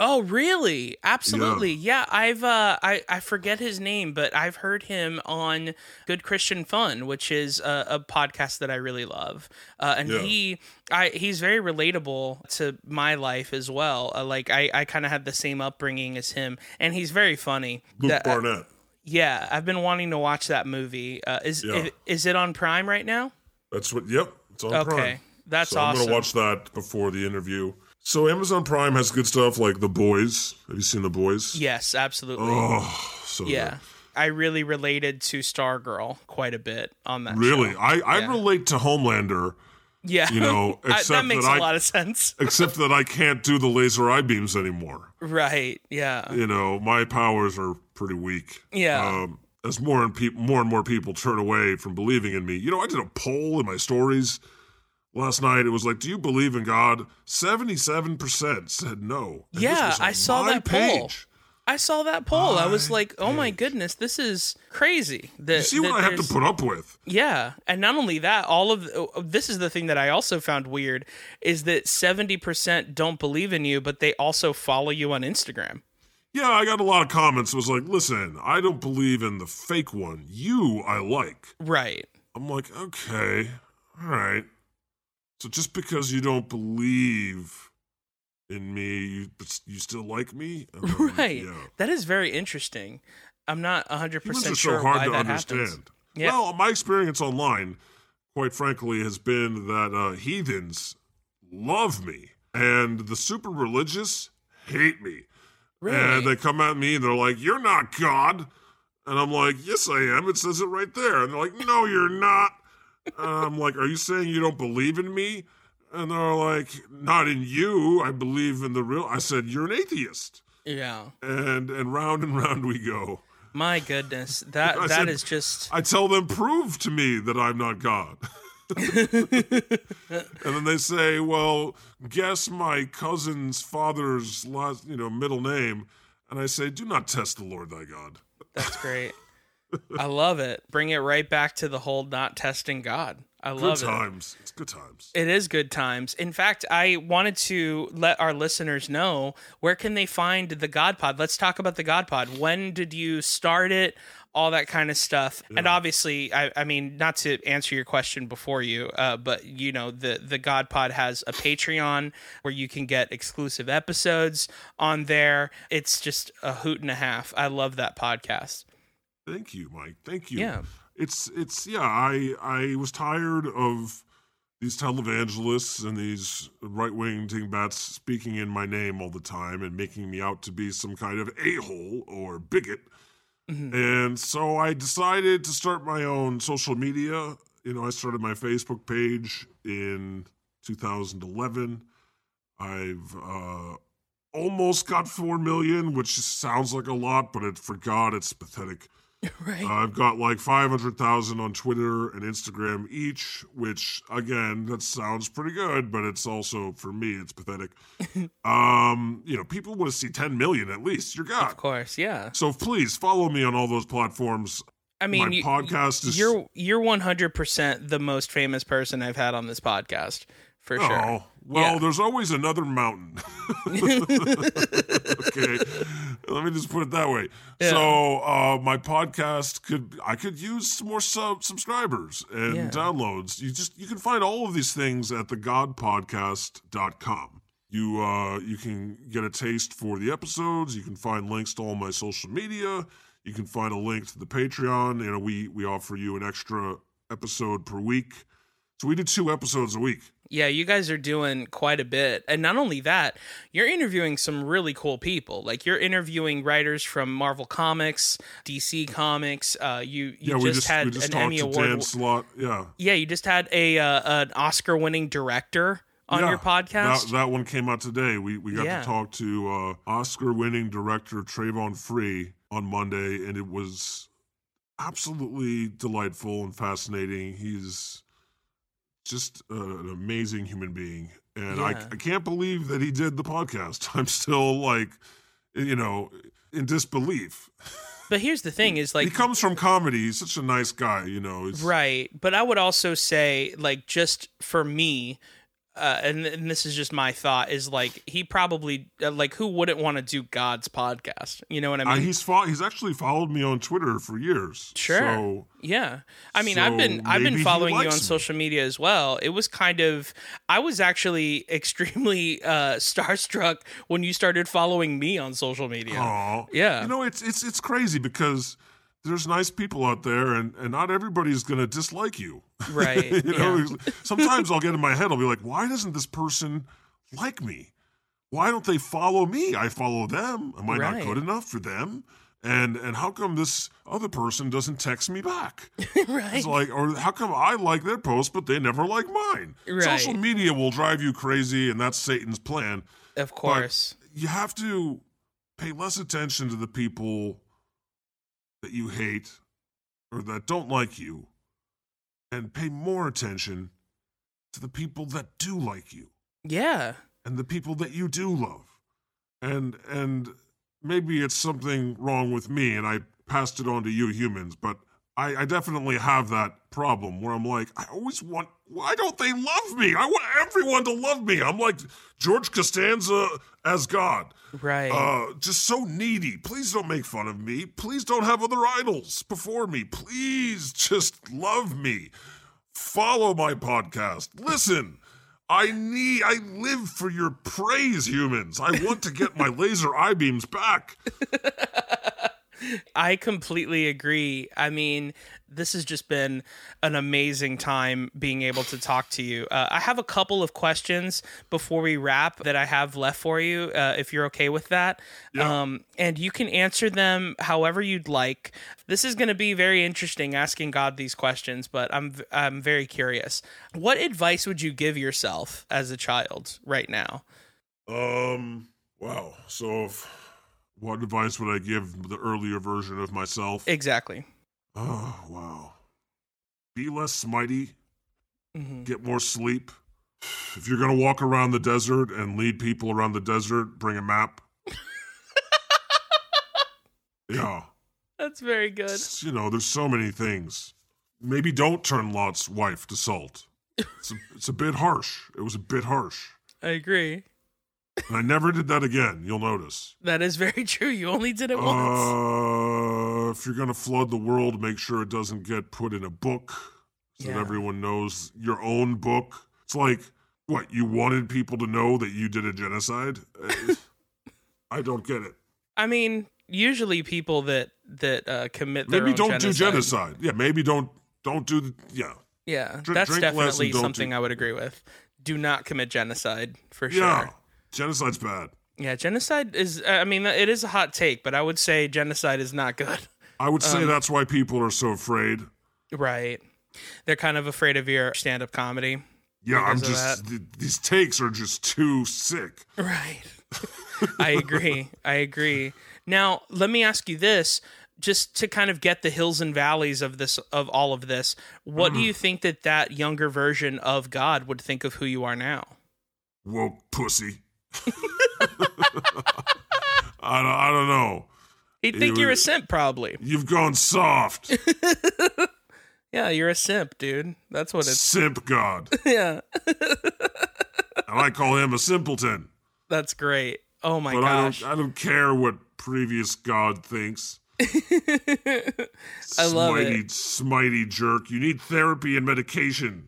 Speaker 1: Oh, really? Absolutely. Yeah, I've uh I I forget his name, but I've heard him on Good Christian Fun, which is a, a podcast that I really love. Uh and
Speaker 2: Yeah.
Speaker 1: he I he's very relatable to my life as well. Uh, like I I kind of had the same upbringing as him and he's very funny.
Speaker 2: Luke
Speaker 1: That- uh,
Speaker 2: Barnett.
Speaker 1: yeah, I've been wanting to watch that movie. Uh is
Speaker 2: Yeah.
Speaker 1: i- is, it on Prime right now?
Speaker 2: That's what, yep, it's on
Speaker 1: Okay.
Speaker 2: Prime.
Speaker 1: That's
Speaker 2: so I'm
Speaker 1: awesome.
Speaker 2: gonna watch that before the interview. So Amazon Prime has good stuff like The Boys. Have you seen The Boys?
Speaker 1: yes, absolutely.
Speaker 2: Oh, so good.
Speaker 1: yeah. I really related to Stargirl quite a bit on that.
Speaker 2: Really,
Speaker 1: show.
Speaker 2: I, I relate to Homelander,
Speaker 1: Yeah.
Speaker 2: you know,
Speaker 1: I,
Speaker 2: except
Speaker 1: that makes
Speaker 2: I,
Speaker 1: a lot of sense.
Speaker 2: except that I can't do the laser eye beams anymore.
Speaker 1: Right. Yeah.
Speaker 2: You know, my powers are pretty weak.
Speaker 1: Yeah.
Speaker 2: Um, as more and peop more and more people turn away from believing in me, you know, I did a poll in my stories last night. It was like, "Do you believe in God?" Seventy-seven percent said no. And this
Speaker 1: Yeah,
Speaker 2: was on
Speaker 1: I saw
Speaker 2: my
Speaker 1: that poll.
Speaker 2: page.
Speaker 1: I saw that poll. I was
Speaker 2: My
Speaker 1: like, "Oh my goodness, this is crazy." That,
Speaker 2: You see what
Speaker 1: that
Speaker 2: I have to
Speaker 1: there's-
Speaker 2: put up with?
Speaker 1: Yeah, and not only that, all of oh, this is the thing that I also found weird is that seventy percent don't believe in you, but they also follow you on Instagram.
Speaker 2: Yeah, I got a lot of comments. It was like, listen, I don't believe in the fake one. You, I like.
Speaker 1: Right.
Speaker 2: I'm like, okay, all right. So just because you don't believe in me, you but you still like me, I'm like,
Speaker 1: Right.
Speaker 2: Oh, Yeah.
Speaker 1: That is very interesting. I'm not hundred
Speaker 2: Humans are
Speaker 1: percent
Speaker 2: so
Speaker 1: sure
Speaker 2: hard
Speaker 1: why
Speaker 2: to
Speaker 1: that
Speaker 2: understand.
Speaker 1: happens. Yeah.
Speaker 2: Well, my experience online, quite frankly, has been that uh, heathens love me, and the super religious hate me.
Speaker 1: Really?
Speaker 2: And they come at me and they're like, You're not God. And I'm like, Yes, I am. It says it right there. And they're like, No, you're not. And I'm like, Are you saying you don't believe in me? And they're like, Not in you. I believe in the real. I said, You're an atheist.
Speaker 1: yeah.
Speaker 2: And and round and round we go.
Speaker 1: My goodness, that
Speaker 2: I
Speaker 1: that is
Speaker 2: said-
Speaker 1: just
Speaker 2: I tell them, prove to me that I'm not God. and then they say, well, guess my cousin's father's last, you know, middle name. And I say, do not test the Lord thy God.
Speaker 1: That's great. I love it. Bring it right back to the whole not testing God. I
Speaker 2: Good
Speaker 1: love it.
Speaker 2: times. It's good times.
Speaker 1: It is good times. In fact, I wanted to let our listeners know where can they find the God Pod. Let's talk about the God Pod. When did you start it? All that kind of stuff. And obviously, I, I mean, not to answer your question before you, uh, but you know, the the God Pod has a Patreon where you can get exclusive episodes on there. It's just a hoot and a half. I love that podcast.
Speaker 2: Thank you, Mike. Thank you.
Speaker 1: Yeah.
Speaker 2: It's it's yeah, I I was tired of these televangelists and these right wing dingbats speaking in my name all the time and making me out to be some kind of a hole or bigot. And so I decided to start my own social media. You know, I started my Facebook page in 2011. I've uh, almost got 4 million, which sounds like a lot, but it, for God, it's pathetic.
Speaker 1: Right.
Speaker 2: I've got like 500,000 on Twitter and Instagram each, which again, that sounds pretty good, but it's also for me it's pathetic. um, you know, people want to see 10 million at least. You're
Speaker 1: Of
Speaker 2: God.
Speaker 1: course, yeah.
Speaker 2: So please follow me on all those platforms.
Speaker 1: I mean,
Speaker 2: My
Speaker 1: you,
Speaker 2: podcast is
Speaker 1: you're you're one hundred percent the most famous person I've had on this podcast for
Speaker 2: Oh,
Speaker 1: sure.
Speaker 2: well,
Speaker 1: Yeah.
Speaker 2: there's always another mountain. okay. Let me just put it that way.
Speaker 1: Yeah.
Speaker 2: So, uh, my podcast could I could use some more sub subscribers and
Speaker 1: Yeah.
Speaker 2: downloads. You just you can find all of these things at thegodpodcast.com. You uh you can get a taste for the episodes, you can find links to all my social media, you can find a link to the Patreon, you know, we we offer you an extra episode per week. So we do two episodes a week.
Speaker 1: Yeah, you guys are doing quite a bit, and not only that, you're interviewing some really cool people. Like you're interviewing writers from Marvel Comics, DC Comics. Uh, you you
Speaker 2: yeah,
Speaker 1: just,
Speaker 2: we just
Speaker 1: had
Speaker 2: we just
Speaker 1: an
Speaker 2: talked
Speaker 1: Emmy
Speaker 2: to
Speaker 1: award.
Speaker 2: Dan Slott. Yeah,
Speaker 1: Yeah, you just had a uh, an Oscar winning director on
Speaker 2: Yeah.
Speaker 1: your podcast.
Speaker 2: That, that one came out today. We we got
Speaker 1: Yeah.
Speaker 2: to talk to uh, Oscar-winning director Trayvon Free on Monday, and it was absolutely delightful and fascinating. He's just uh, an amazing human being. And I,
Speaker 1: Yeah.
Speaker 2: I can't believe that he did the podcast. I'm still like, you know, in disbelief.
Speaker 1: But here's the thing: is like
Speaker 2: he comes from comedy. He's such a nice guy, you know. He's,
Speaker 1: Right. But I would also say, like, just for me, uh, and, and this is just my thought, is like, he probably, uh, like, who wouldn't want to do God's podcast? You know what I
Speaker 2: Uh,
Speaker 1: mean?
Speaker 2: he's fo- he's actually followed me on Twitter for years.
Speaker 1: Sure.
Speaker 2: So
Speaker 1: yeah. I mean,
Speaker 2: so
Speaker 1: I've been I've
Speaker 2: maybe
Speaker 1: been
Speaker 2: he
Speaker 1: following you on
Speaker 2: likes me.
Speaker 1: social media as well. It was kind of I was actually extremely uh starstruck when you started following me on social media.
Speaker 2: Aw.
Speaker 1: Yeah.
Speaker 2: You know, it's it's it's crazy because there's nice people out there, and and not everybody's gonna dislike you.
Speaker 1: Right.
Speaker 2: you know,
Speaker 1: yeah.
Speaker 2: sometimes I'll get in my head. I'll be like, why doesn't this person like me? Why don't they follow me? I follow them. Am I
Speaker 1: Right.
Speaker 2: not good enough for them? And and how come this other person doesn't text me back?
Speaker 1: right.
Speaker 2: It's like, or how come I like their post but they never like mine?
Speaker 1: Right.
Speaker 2: Social media will drive you crazy, and that's Satan's plan
Speaker 1: Of course.
Speaker 2: you have to pay less attention to the people that you hate or that don't like you and pay more attention to the people that do like you
Speaker 1: Yeah.
Speaker 2: and the people that you do love and and maybe it's something wrong with me and i passed it on to you humans but i i definitely have that problem where i'm like i always want why don't they love me i want everyone to love me i'm like george costanza as god
Speaker 1: Right.
Speaker 2: uh, just so needy. Please don't make fun of me. Please don't have other idols before me. Please just love me. Follow my podcast. Listen. I need I live for your praise, humans. I want to get my laser eye beams back.
Speaker 1: I completely agree. I mean, this has just been an amazing time being able to talk to you. Uh, I have a couple of questions before we wrap that I have left for you, uh, if you're okay with that.
Speaker 2: Yeah.
Speaker 1: Um, and you can answer them however you'd like. This is going to be very interesting asking God these questions, but I'm I'm very curious. What advice would you give yourself as a child right now?
Speaker 2: Um wow. So if, what advice would I give the earlier version of myself?
Speaker 1: Exactly.
Speaker 2: Oh, wow. Be less smitey.
Speaker 1: hmm
Speaker 2: get more sleep. If you're going to walk around the desert and lead people around the desert, bring a map. yeah.
Speaker 1: That's very good.
Speaker 2: It's, you know, there's so many things. Maybe don't turn Lot's wife to salt. It's a, it's a bit harsh. It was a bit harsh.
Speaker 1: I agree.
Speaker 2: And I never did that again. You'll notice.
Speaker 1: That is very true. You only did it once.
Speaker 2: Uh, if you're going to flood the world, make sure it doesn't get put in a book so
Speaker 1: Yeah.
Speaker 2: that everyone knows your own book. It's like, what, you wanted people to know that you did a genocide? Uh, I don't get it.
Speaker 1: I mean, usually people that that uh, commit their
Speaker 2: Maybe
Speaker 1: own genocide.
Speaker 2: don't do genocide. Yeah, maybe don't don't do the, yeah.
Speaker 1: Yeah,
Speaker 2: Dr-
Speaker 1: that's
Speaker 2: drink less and
Speaker 1: definitely
Speaker 2: don't do-
Speaker 1: something I would agree with. Do not commit genocide for sure.
Speaker 2: Yeah. Genocide's bad.
Speaker 1: Yeah, genocide is. uh, I mean, it is a hot take, but I would say genocide is not good.
Speaker 2: I would
Speaker 1: Um,
Speaker 2: say that's why people are so afraid.
Speaker 1: Right. They're kind of afraid of your stand-up comedy.
Speaker 2: Yeah, I'm
Speaker 1: because of
Speaker 2: just th- these takes are just too sick.
Speaker 1: Right. I agree. I agree. Now, let me ask you this just to kind of get the hills and valleys of this of all of this. What
Speaker 2: Mm-hmm.
Speaker 1: do you think that that younger version of God would think of who you are now?
Speaker 2: woke pussy. I, don't, I don't know.
Speaker 1: He'd think
Speaker 2: It
Speaker 1: you're a
Speaker 2: would-
Speaker 1: simp, probably.
Speaker 2: You've gone soft,
Speaker 1: Yeah, you're a simp, dude. That's what it's.
Speaker 2: simp god.
Speaker 1: Yeah,
Speaker 2: And I call him a simpleton.
Speaker 1: that's great. Oh my
Speaker 2: But I
Speaker 1: gosh,
Speaker 2: don't, I don't care what previous god thinks.
Speaker 1: I love
Speaker 2: smitey,
Speaker 1: it.
Speaker 2: Smitey jerk. You need therapy and medication,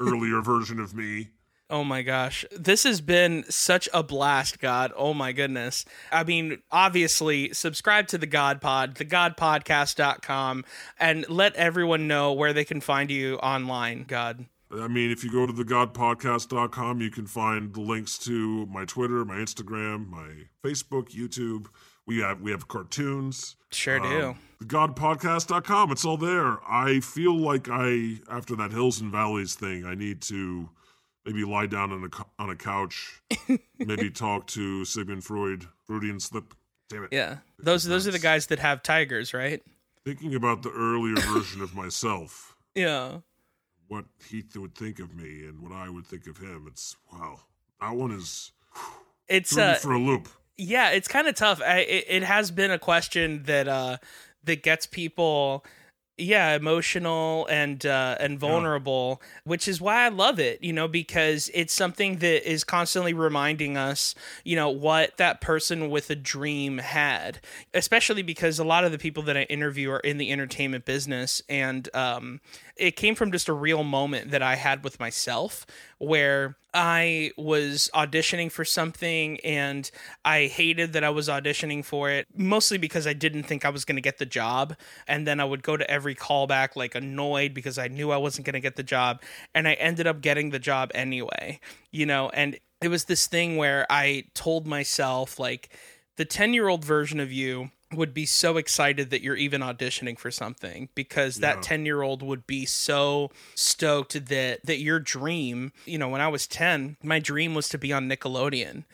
Speaker 2: earlier version of me.
Speaker 1: Oh my gosh, this has been such a blast, God. Oh my goodness. I mean, obviously, subscribe to the God Pod, thegodpodcast.com, and let everyone know where they can find you online, God.
Speaker 2: I mean, if you go to thegodpodcast.com, you can find the links to my Twitter, my Instagram, my Facebook, YouTube. We have we have cartoons.
Speaker 1: Sure
Speaker 2: Um,
Speaker 1: do.
Speaker 2: godpodcast.com it's all there i feel like i after that hills and valleys thing i need to maybe lie down on a, cou- on a couch maybe talk to sigmund freud freudian slip damn it
Speaker 1: Yeah, those those are the guys that have tigers, right?
Speaker 2: Thinking about the earlier version of myself,
Speaker 1: Yeah.
Speaker 2: what he th- would think of me and what I would think of him, it's wow. That one is
Speaker 1: It's
Speaker 2: threw
Speaker 1: uh,
Speaker 2: me for a loop.
Speaker 1: yeah, it's kind of tough. I, it, it has been a question that uh that gets people yeah, emotional and uh and vulnerable, which is why I love it, you know, because it's something that is constantly reminding us, you know, what that person with a dream had. Especially because a lot of the people that I interview are in the entertainment business and um it came from just a real moment that I had with myself where I was auditioning for something and I hated that I was auditioning for it, mostly because I didn't think I was going to get the job. And then I would go to every callback like annoyed because I knew I wasn't going to get the job. And I ended up getting the job anyway, you know, and it was this thing where I told myself, like, the 10 year old version of you would be so excited that you're even auditioning for something because that
Speaker 2: Yeah.
Speaker 1: 10 year old would be so stoked that that your dream you know when i was 10 my dream was to be on nickelodeon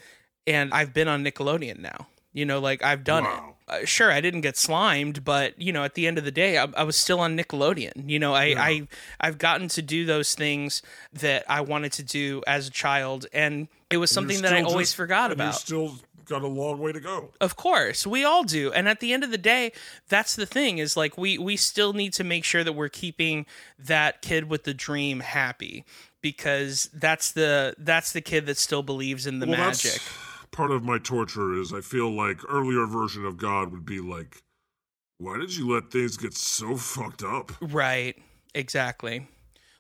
Speaker 1: and i've been on nickelodeon now you know like i've done it
Speaker 2: Wow.
Speaker 1: uh, sure i didn't get slimed but you know at the end of the day i, I was still on nickelodeon you know I,
Speaker 2: Yeah.
Speaker 1: I i've gotten to do those things that i wanted to do as a child and it was
Speaker 2: And you're
Speaker 1: something that i
Speaker 2: still
Speaker 1: always
Speaker 2: just-
Speaker 1: forgot
Speaker 2: and you're
Speaker 1: about
Speaker 2: still got a long way to go.
Speaker 1: of course, we all do. And at the end of the day, that's the thing is like we we still need to make sure that we're keeping that kid with the dream happy because that's the that's the kid that still believes in the
Speaker 2: Well, that's-
Speaker 1: magic.
Speaker 2: Part of my torture is I feel like earlier version of God would be like, why did you let things get so fucked up?
Speaker 1: Right. Exactly.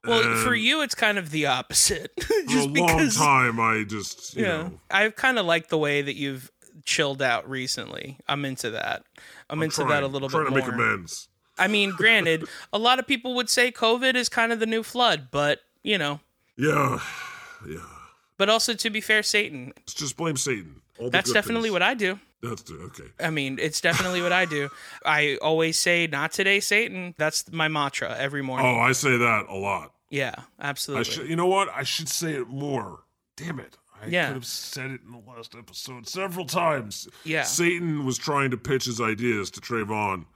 Speaker 1: Well, for
Speaker 2: And
Speaker 1: you it's kind of the opposite.
Speaker 2: for a
Speaker 1: Just
Speaker 2: long
Speaker 1: because
Speaker 2: time, I just you
Speaker 1: Yeah.
Speaker 2: know
Speaker 1: I've kind of liked the way that you've chilled out recently. I'm into that. I'm, into
Speaker 2: trying,
Speaker 1: that a little
Speaker 2: trying
Speaker 1: bit
Speaker 2: to make
Speaker 1: more.
Speaker 2: amends.
Speaker 1: I mean, granted, a lot of people would say COVID is kind of the new flood, but you know,
Speaker 2: Yeah, yeah.
Speaker 1: But also, to be fair, Satan.
Speaker 2: Let's just blame Satan. All the
Speaker 1: That's
Speaker 2: good
Speaker 1: definitely
Speaker 2: things.
Speaker 1: what I do.
Speaker 2: That's the- okay.
Speaker 1: I mean, it's definitely what I do. I always say, not today, Satan. That's my mantra every morning.
Speaker 2: Oh, I say that a lot.
Speaker 1: Yeah,
Speaker 2: I
Speaker 1: absolutely.
Speaker 2: should. You know what? I should say it more. Damn it! I
Speaker 1: Yeah.
Speaker 2: could have said it in the last episode several times.
Speaker 1: yeah.
Speaker 2: Satan was trying to pitch his ideas to Trayvon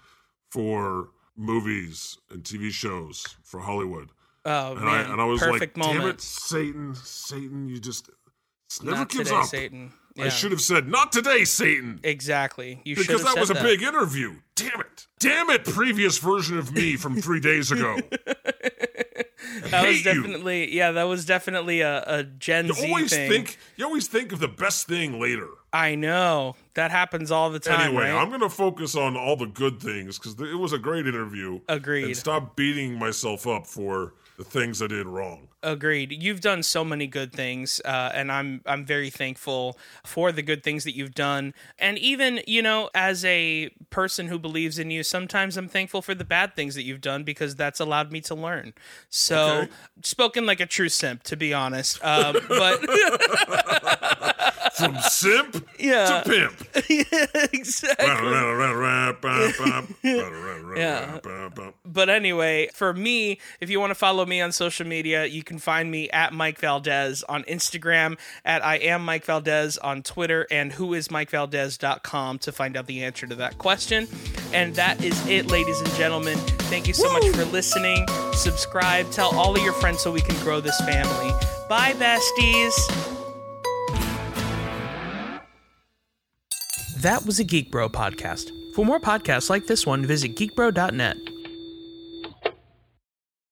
Speaker 2: for movies and TV shows for Hollywood,
Speaker 1: Oh,
Speaker 2: and
Speaker 1: man.
Speaker 2: I and I was
Speaker 1: Perfect
Speaker 2: like,
Speaker 1: moment.
Speaker 2: "Damn it, Satan! Satan, you just it's never
Speaker 1: not
Speaker 2: gives
Speaker 1: today,
Speaker 2: up."
Speaker 1: Satan.
Speaker 2: I
Speaker 1: Yeah.
Speaker 2: should have said, "Not today, Satan,"
Speaker 1: Exactly. You should
Speaker 2: because
Speaker 1: have
Speaker 2: that
Speaker 1: said
Speaker 2: was a
Speaker 1: that.
Speaker 2: big interview. Damn it! Damn it! Previous version of me from three days ago.
Speaker 1: That was
Speaker 2: hate you.
Speaker 1: definitely, yeah, that was definitely a, a Gen
Speaker 2: You
Speaker 1: Z
Speaker 2: always
Speaker 1: thing.
Speaker 2: think you always think of the best thing later.
Speaker 1: I know. That happens all the time.
Speaker 2: Anyway,
Speaker 1: right?
Speaker 2: I'm going to focus on all the good things because it was a great interview.
Speaker 1: Agreed.
Speaker 2: And stop beating myself up for the things I did wrong.
Speaker 1: Agreed. You've done so many good things, uh, and I'm I'm very thankful for the good things that you've done. And even you know, as a person who believes in you, sometimes I'm thankful for the bad things that you've done because that's allowed me to learn. So,
Speaker 2: Okay.
Speaker 1: spoken like a true simp, to be honest. Um, but
Speaker 2: From simp
Speaker 1: Yeah.
Speaker 2: to pimp.
Speaker 1: exactly. But anyway, for me, if you want to follow me on social media, you can find me at Mike Valdez on Instagram, at I am Mike Valdez on Twitter, and whoismikevaldez.com to find out the answer to that question. And that is it, ladies and gentlemen. Thank you so much for listening. Subscribe, tell all of your friends so we can grow this family. Bye, besties. That was a Geek Bro podcast. For more podcasts like this one, visit geekbro.net.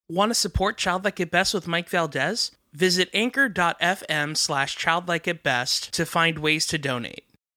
Speaker 1: Want to support Childlike at Best with Mike Valdez? Visit anchor.fm slash childlike at best to find ways to donate.